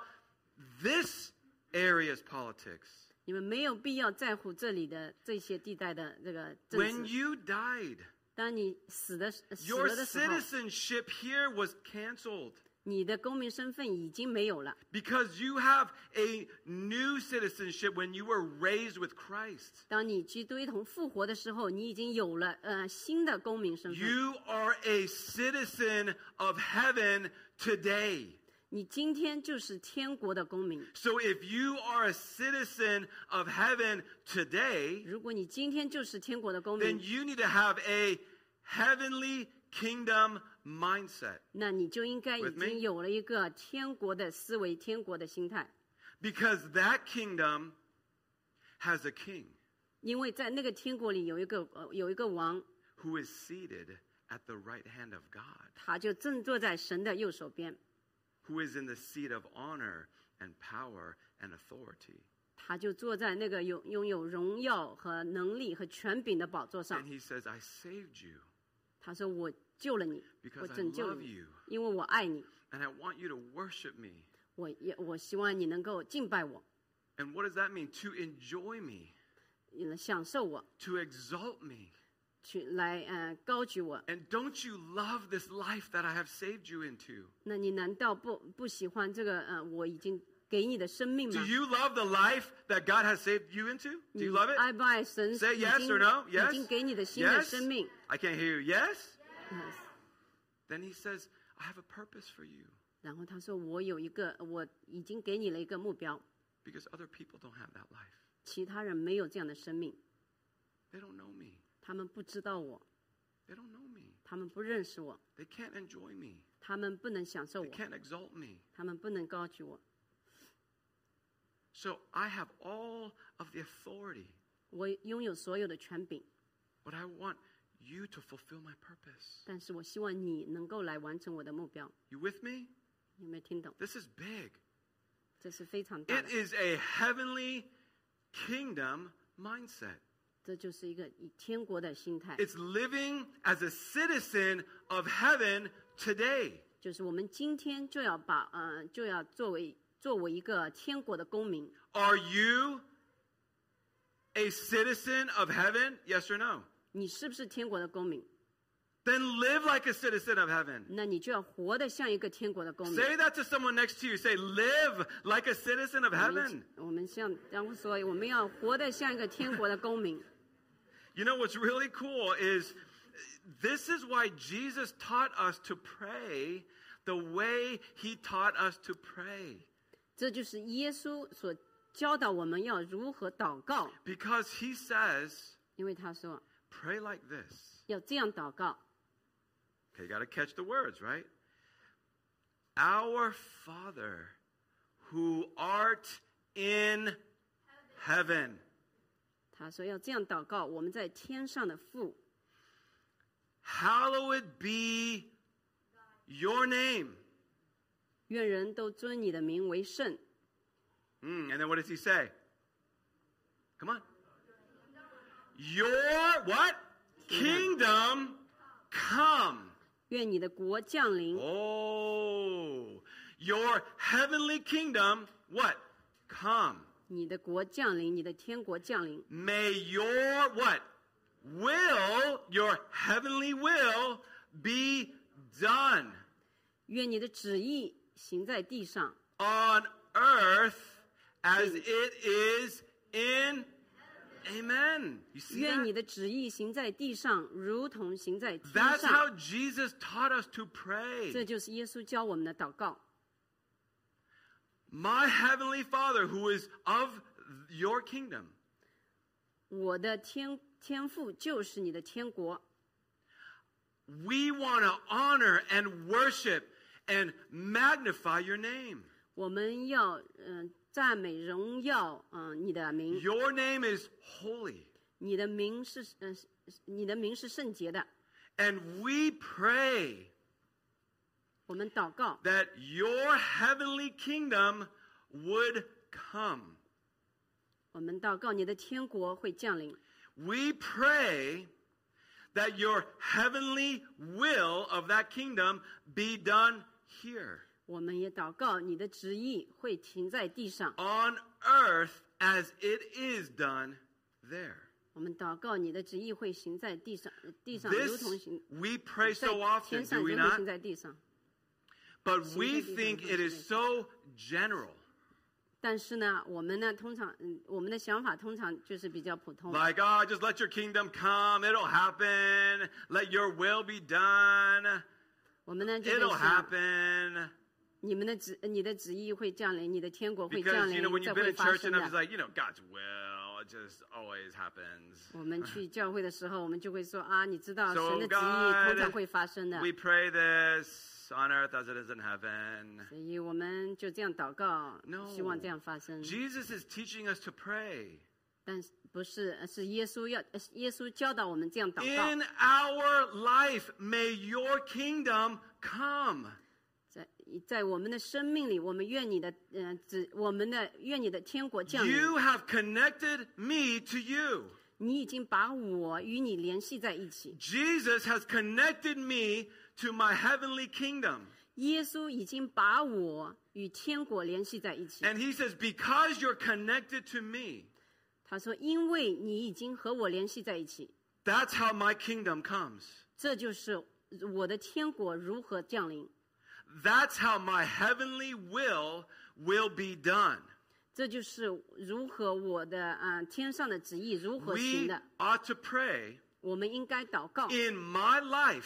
this area's politics? 你们没有必要在乎这里的这些地带的这个 When 政治。 you died, 当你死的死 your 了的时候， citizenship here was canceled. 你的公民身份已经没有了， Because you have a new citizenship when you were raised with Christ. 当你基督一同复活的时候，你已经有了呃新的公民身份。 You are a citizen of heaven today. 你今天就是天国的公民。 So if you are a citizen of heaven today, 如果你今天就是天国的公 then 民， you need to have a heavenly kingdom mindset 那你就应该已 With me? 经有了一个天国的思维、天国的心态， because that kingdom has a king 因为在那个天国里有一个呃有一个王， who is seated at the right hand of God, 他就正坐在神的右手边， who is in the seat of honor and power and authority. 他就坐在那个有拥有荣耀和能力和权柄的宝座上 And。he says, I saved you 他说：“我救了你，我 because I 拯救了 love 你， you 因为我爱你。 and I want you to worship me. 我也我希望你能够敬拜我， And what does that mean? To enjoy me, 你能享受我， to exalt me. 去来呃高举我。 And don't you love this life that I have saved you into? 那你难道不不喜欢这个呃我已经给你的生命吗 Do？you love the life that God has saved you into? Do 你 you love it? 爱不爱神 Say 已 yes 经 or no? 已 Yes? 经给你的新的 Yes? 生命。 I can't hear you. Yes? Yes. Then he says, I have a purpose for you 然后他说：“我有一个，我已经给你了一个目标， because other people don't have that life. 其他人没有这样的生命， They don't know me. 他们不知道我， They don't know me. 他们不认识我， They can't enjoy me. 他们不能享受 They 我， can't exalt me. 他们不能高举我。 So I have all of the authority, 我拥有所有的权柄， but I want you to fulfill my purpose. 但是我希望你能够来完成我的目标。 You with me? 有没有听懂？ This is big. 这是非常大 It 的， is a heavenly kingdom mindset. 这就是一个以天国的心态， It's living as a citizen of heaven today. 就是我们今天就要把呃就要作为作为一个天国的公民。 Are you a citizen of heaven? Yes or no? 你是不是天国的公民？ Then live like a citizen of heaven. 那你就要活得像一个天国的公民。 Say that to someone next to you. Say, live like a citizen of 我们 heaven. 我们像，然后所以我们要活得像一个天国的公民。 You know what's really cool is this is why Jesus taught us to pray the way he taught us to pray. 这就是耶稣所教导我们要如何祷告， Because he says, 因为他说 pray like this. 要这样祷告。 Okay, you got to catch the words, right? Our Father who art in heaven. 他说要这样祷告，我们在天上的父， Hallowed be your name. 愿人都尊你的名为圣。 Mm, and then what does he say? Come on. Your what? Kingdom come. 愿你的国降临，哦 Oh, your heavenly kingdom what? Come. 你的国降临，你的天国降临。 May your what? Will, your heavenly will be done 愿你的旨意行在地上， on earth as it is in Amen. You see 愿你 that? 的旨意行在地上，如同行在天 That's how 上。 Jesus taught us to 这 pray. 就是耶稣教我们的祷告。 My heavenly Father who is of your kingdom. 我的天天赋就是你的天国， We want to honor and worship and magnify your name. 我们要嗯、呃赞美荣耀嗯、呃你的名， Your name is holy. 你的名是嗯、是你的名是圣洁的。 And we pray 我们祷告， that your heavenly kingdom would come. 我们祷告，你的天国会降临。 We pray that your heavenly will of that kingdom be done here 我们也祷告，你的旨意会停在地上。 on earth as it is done there. 我们祷告，你的旨意会行在地上，地上如 This 同行 we pray 在 so often, 天上 do we 如同 not? 行在地上。 But we 行动力 think 很重 it 要 is so general. 但是呢，我们呢，通常，嗯，我们的想法通常就是比较普通。 Like, oh, just let your kingdom come. It'll happen. Let your will be done. 我们呢就 It'll 会想， happen. 你们的旨，你的旨意会降临，你的天国会降 Because, you 临 know, when，这 you've been 会 in 发 church 生 enough, it's 的。 like, you know, God's will. It just always happens. 我们去教会的时候，我们就会说啊，你知道 So 神的旨意 God- 通常会发生的， We pray this on earth as it is in heaven. 所以我们就这样祷告 No，希望这样发生。 Jesus is teaching us to pray. 但是不是呃是耶稣要，呃是耶稣教导我们这样祷告， In our life, may your kingdom come. 在在我们的生命里，我们愿你的，嗯、旨，我们的愿你的天国降临。 You have connected me to you. 你已经把我与你联系在一起， Jesus has connected me to my heavenly kingdom. 耶稣已经把我与天国联系在一起。 And he says, Because you're connected to me, 他说：“因为你已经和我联系在一起， that's how my kingdom comes. 这就是我的天国如何降临， That's how my heavenly will will be done. 这就是如何我的啊、天上的旨意如何 We 行的。 ought to pray 我们应该祷告， in my life.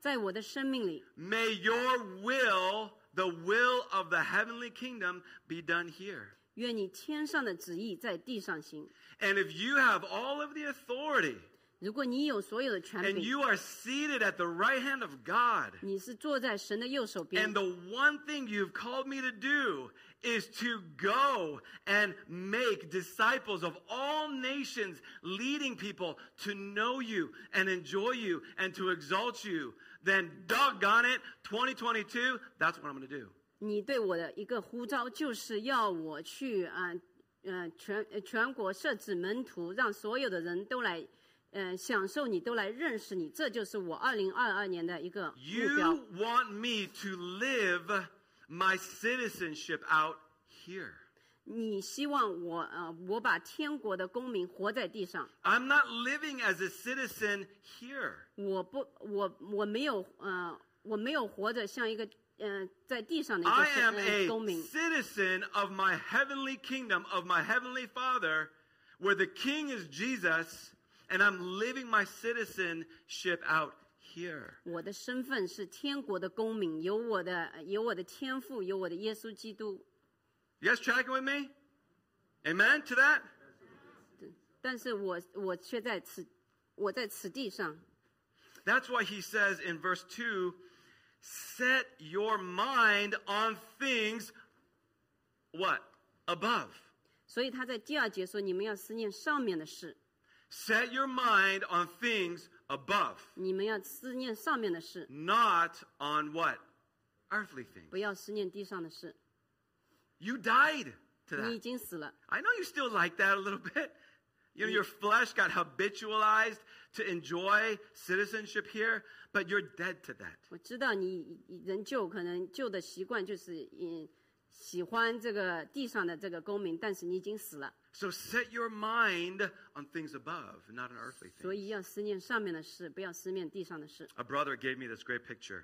在我的生命里， May your will, the will of the heavenly kingdom, be done here. 愿你天上的旨意在地上行。 And if you have all of the authority 如果你有所有的权 and 柄， you are seated at the right hand of God, 你是坐在神的右手边 and。the one thing you've called me to do is to go and make disciples of all nations, leading people to know you and enjoy you and to exalt you, then doggone it, 2022, that's what I'm going to do. 你对我的一个呼召，就是要我去啊，嗯、呃，全呃全国设置门徒，让所有的人都来，嗯、享受你，都来认识你，这就是我二零二二年的一个目标。 You want me to live my citizenship out here. 你希望我呃，我把天国的公民活在地上， I'm not living as a citizen here. 我不，我我没有呃，我没有活着像一个嗯、呃，在地上的一个 I 是 am 呃公 a 民。 citizen of my heavenly kingdom, of my heavenly Father, where the King is Jesus, and I'm living my citizenship out here. 我的身份是天国的公民，有我的呃有我的天赋，有我的耶稣基督。 You guys tracking with me? Amen to that? 但是我我却在此，我在此地上， That's why he says in verse 2 set your mind on things what? Above. 所以他在第二节说：“你们要思念上面的事， Set your mind on things above, 你们要思念上面的事， not on what? Earthly things. 不要思念地上的事。 You died to 你 that. 已经死了， I know you still like that a little bit. You know, your flesh got habitualized to enjoy citizenship here, but you're dead to that. 我知道你仍旧可能旧的习惯就是嗯喜欢这个地上的这个公民，但是你已经死了， So set your mind on things above, not on earthly 所 things. 以要思念上面的事，不要思念地上的事。 A brother gave me this great picture ”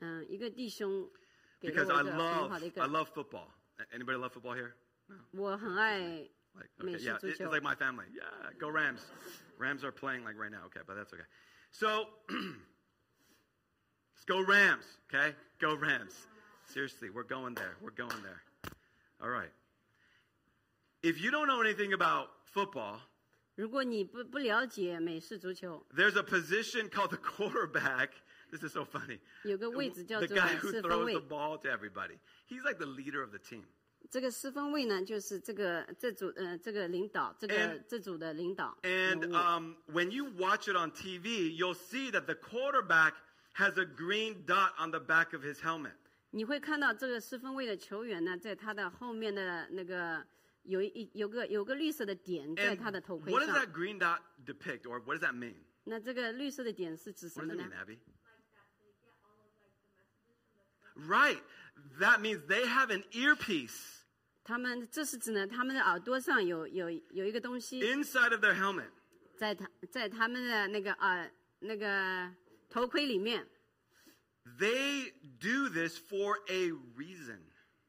嗯，一个弟兄给了 because 我 I 一个很好 love 的一个 I，love football. A- Anybody love football here? 我很爱 Like Me, okay, yeah, Shinsu it- it's Joe. like my family. Yeah, go Rams. Rams are playing like right now. Okay, but that's okay. So let's go Rams. Okay, go Rams. Seriously, we're going there. We're going there. All right. If you don't know anything about football, 如果你不不了解美式足球， there's a position called the quarterback. This is so funny. 有个位置叫 The 做 guy 四 who 分 throws 卫 the。ball to everybody. He's like the leader of the team. 这个四分卫呢，就是这个这组呃这个领导，这个 And- 这组的领导人 And 物。 um, when you watch it on TV, you'll see that the quarterback has a green dot on the back of his helmet. 你会看到这个四分卫的球员呢，在他的后面的那个有一有个有个绿色的点在 And 他的头盔 what does 上 that。green dot depict, or what does that mean? 那这个绿色的点是指什 What 么 does it 呢 mean,？Abby? Right. That means they have an earpiece 他们这是指呢，他们的耳朵上有有有一个东西， inside of their helmet. 在他在他们的那个耳那个头盔里面， They do this for a reason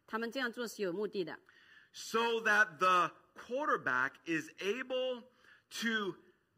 他们这样做是有目的的， so that the quarterback is able to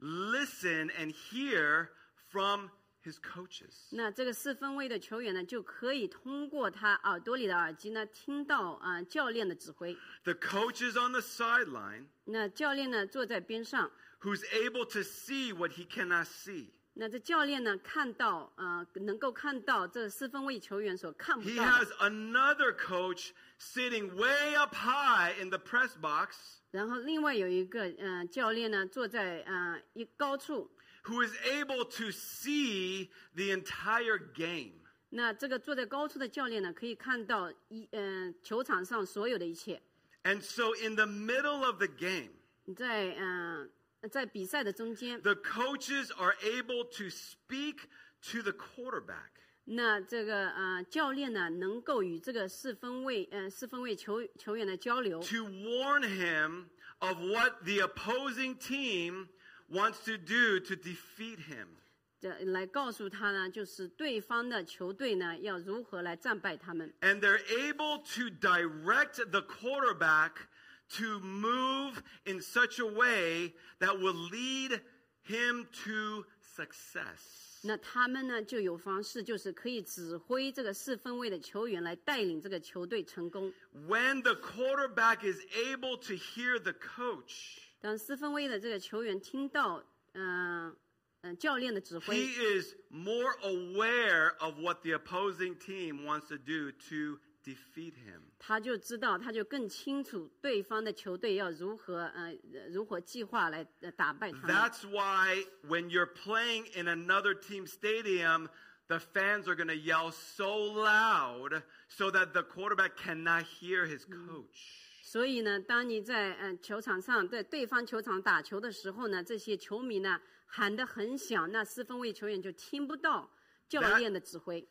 listen and hear from his coaches. 那这个四分卫的球员呢，就可以通过他耳朵里的耳机呢，听到啊、呃教练的指挥。 The coaches on the sideline 那教练呢坐在边上， who's able to see what he cannot see. 那这教练呢看到啊、呃能够看到这四分卫球员所看不 He 到 has 的， another coach sitting way up high in the press box 然后另外有一个呃教练呢坐在呃一高处， who is able to see the entire game. 那这个坐在高处的教练呢可以看到一嗯、球场上所有的一切。 And so, in the middle of the game, 你在嗯、呃在比赛的中间， the coaches are able to speak to the quarterback. 那这个呃教练呢能够与这个四分卫呃四分卫球球员的交流， to warn him of what the opposing team wants to do to defeat him. 这来告诉他呢，就是对方的球队呢要如何来战败他们。 And they're able to direct the quarterback to move in such a way that will lead him to success. 那他们呢就有方式，就是可以指挥这个四分卫的球员来带领这个球队成功。 When the quarterback is able to hear the coach, 当四分卫的这个球员听到嗯嗯、呃教练的指 he 挥， is more aware of what the opposing team wants to do to defeat him. 他就知道，他就更清楚对方的球队要如何呃呃如何计划来、呃、打败他们。 That's why when you're playing in another team stadium, the fans are going to yell so loud so that the quarterback cannot hear his coach. 所以呢，当你在嗯球场上在对方球场打球的时候呢，这些球迷呢喊得很响，那四分卫球员就听不到教练的指挥。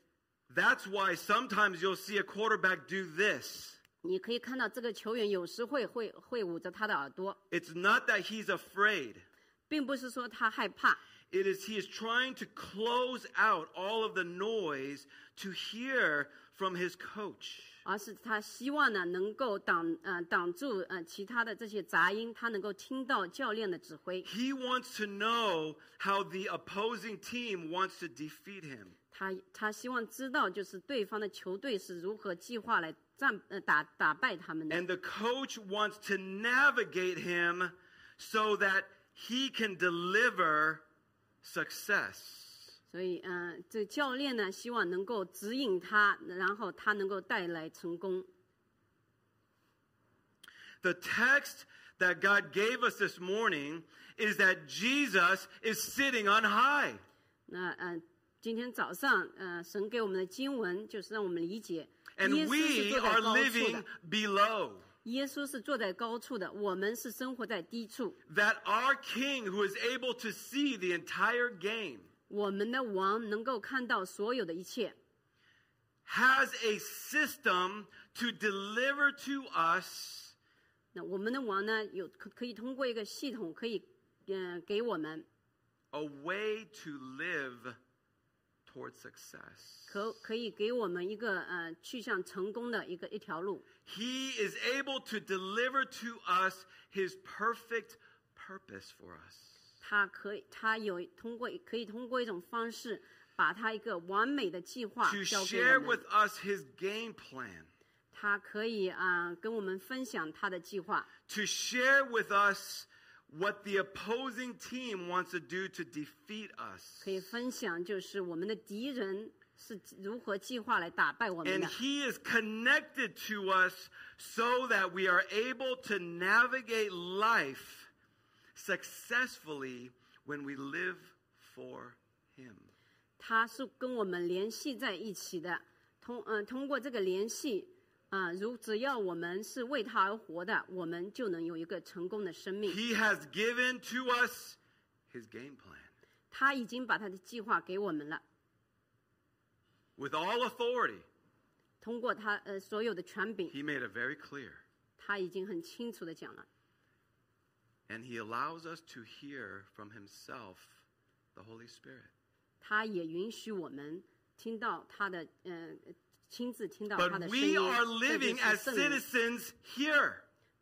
That's why sometimes you'll see a quarterback do this. 你可以看到这个球员有时会会会捂着他的耳朵， It's not that he's afraid. 并不是说他害怕， It is he is trying to close out all of the noise to hear from his coach. 而是他希望呢能够挡呃挡住呃其他的这些杂音，他能够听到教练的指挥。 He wants to know how the opposing team wants to defeat him. 他他希望知道就是对方的球队是如何计划来战呃打打败他们的。 And the coach wants to navigate him so that he can deliver success. 所以，嗯、呃，这教练呢，希望能够指引他，然后他能够带来成功。 The text that God gave us this morning is that Jesus is sitting on high. 那，嗯、呃，今天早上，呃，神给我们的经文就是让我们理解，耶 And 稣是 we 坐在 are 高处 living 的， below. 耶稣是坐在高处的，我们是生活在低处。 That our King, who is able to see the entire game, 我们的王能够看到所有的一切， has a system to deliver to us 那我们的王呢，有可可以通过一个系统，可以，嗯、给我们 a way to live towards success. 可可以给我们一个呃去向成功的一个一条路。 He is able to deliver to us his perfect purpose for us. 他可以，他有通过可以通过一种方式，把他一个完美的计划 To 交 share 给我 with 们。 us his game plan, 他可以啊、呃跟我们分享他的计划， to share with us what the opposing team wants to do to defeat us. 可以分享就是我们的敌人是如何计划来打败我们 And 的。 he is connected to us so that we are able to navigate life successfully when we live for him. 他是跟我们联系在一起的，通嗯、通过这个联系啊、如只要我们是为他而活的，我们就能有一个成功的生命。 He has given to us his game plan 他已经把他的计划给我们了， with all authority. 通过他呃所有的权柄， He made it very clear. 他已经很清楚的讲了。 And he allows us to hear from himself the Holy Spirit. 他也允许我们听到他的嗯、呃亲自听到他的 But 声 we 音 are，这就 living 是 as 圣灵。 citizens here.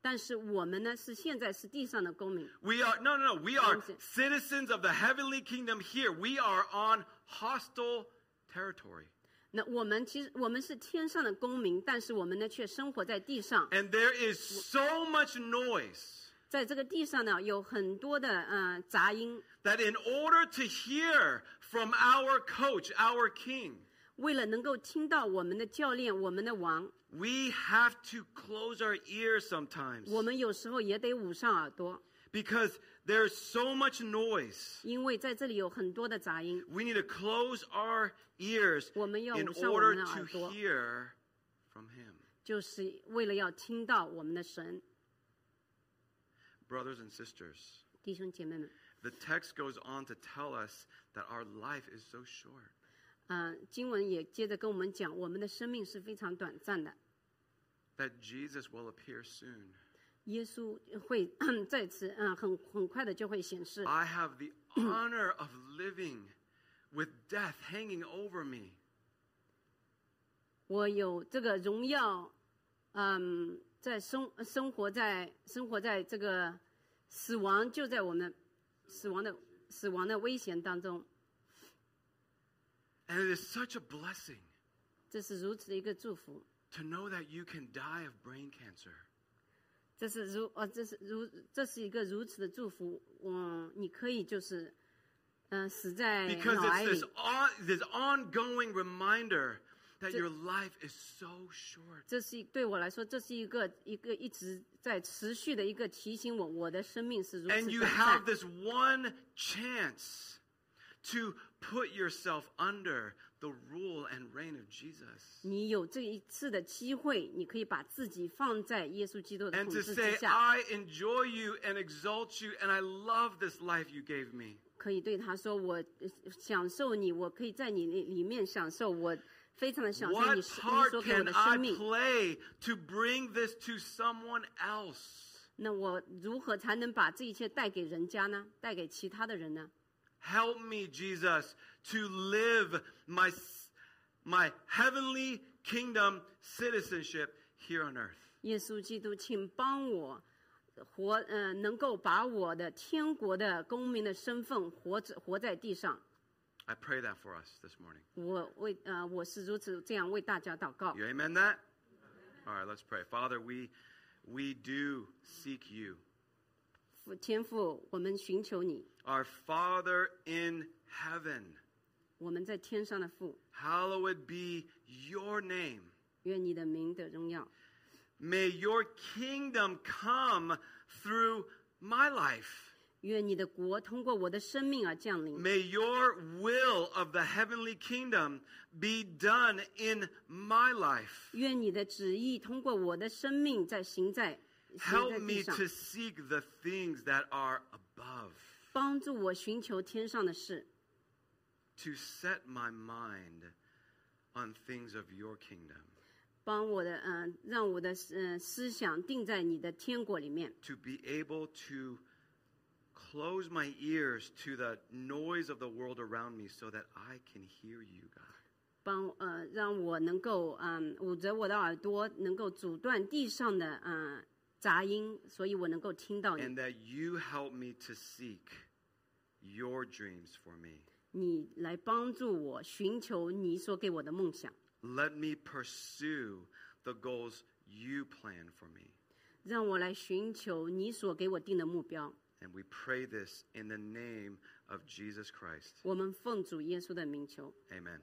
但是我们呢是现在是地上的公民， We are no no no, we are Citizen. citizens of the heavenly kingdom here. We are on hostile territory. 那我们其实我们是天上的公民，但是我们呢却生活在地上， And there is so much noise 在这个地上呢有很多的嗯、呃杂音。 that in order to hear from our coach, our king, 为了能够听到我们的教练、我们的王， we have to close our ears sometimes 我们有时候也得捂上耳朵， because there's so much noise. 因为在这里有很多的杂音。 We need to close our ears 我们要 in 捂上 order 我们的耳朵。 to hear from him. 就是为了要听到我们的神， Brothers and sisters, 弟兄姐妹们， the text goes on to tell us that our life is so short. 嗯、经文也接着跟我们讲，我们的生命是非常短暂的， that Jesus will appear soon. 耶稣会 再次，嗯、很很快的就会显示。 I have the honor of living with death hanging over me. 我有这个荣耀，嗯，在生生活在生活在这个死亡就在我们死亡的死亡的危险当中， And it is such a blessing 这是如此的一个祝福， to know that you can die of brain cancer. 这是如呃，这是如这是一个如此的祝福，嗯，你可以就是，嗯、死在 Because 脑癌 it's 里 this,，on, this ongoing reminder that Ju- your life is so short. 这是对我来说，这是一个一个一直在持续的一个提醒我，我的生命是如此 And you 短暂 have this one chance to put yourself under the rule and reign of Jesus. 你有这一次的机会，你可以把自己放在耶稣基督的 and 统 to 治之 say, "Ah." 下， I enjoy you and exalt you, and I love this life you gave me. 可以对他说：“我呃享受你，我可以在你里里面享受，我非常的享受 What 你是你 part 所给我 can 的生 I 命。 play to bring this to someone else? 那我如何才能把这一切带给人家呢？带给其他的人呢？ Help me, Jesus, to live my, s- my heavenly kingdom citizenship here on earth. 耶稣基督，请帮我活，呃，能够把我的天国的公民的身份活着活在地上。 I pray that for us this morning. 我为呃，我是如此这样为大家祷告。 You amen that? All right, let's pray. Father, we, we do seek you. 父天父，我们寻求你。” Our Father in heaven. 我们在天上的父， Hallowed be your name. 愿你的名得荣耀。 May your kingdom come through my life. 愿你的国通过我的生命而降临。 May your will of the heavenly kingdom be done in my life. 愿你的旨意通过我的生命在行在行在 Help 地 me 上， to seek the things that are above, 帮助我寻求天上的事， to set my mind on things of your kingdom, 帮我的嗯、呃让我的嗯、呃思想定在你的天国里面， to be able to close my ears to the noise of the world around me so that I can hear you, God. 帮呃让我能够嗯、捂着我的耳朵，能够阻断地上的嗯、呃杂音，所以我能够听到你。 and that you help me to seek your dreams for me. 你来帮助我寻求你所给我的梦想。 Let me pursue the goals you plan for me. 让我来寻求你所给我定的目标。 And we pray this in the name of Jesus Christ. 我们奉主耶稣的名求。 Amen.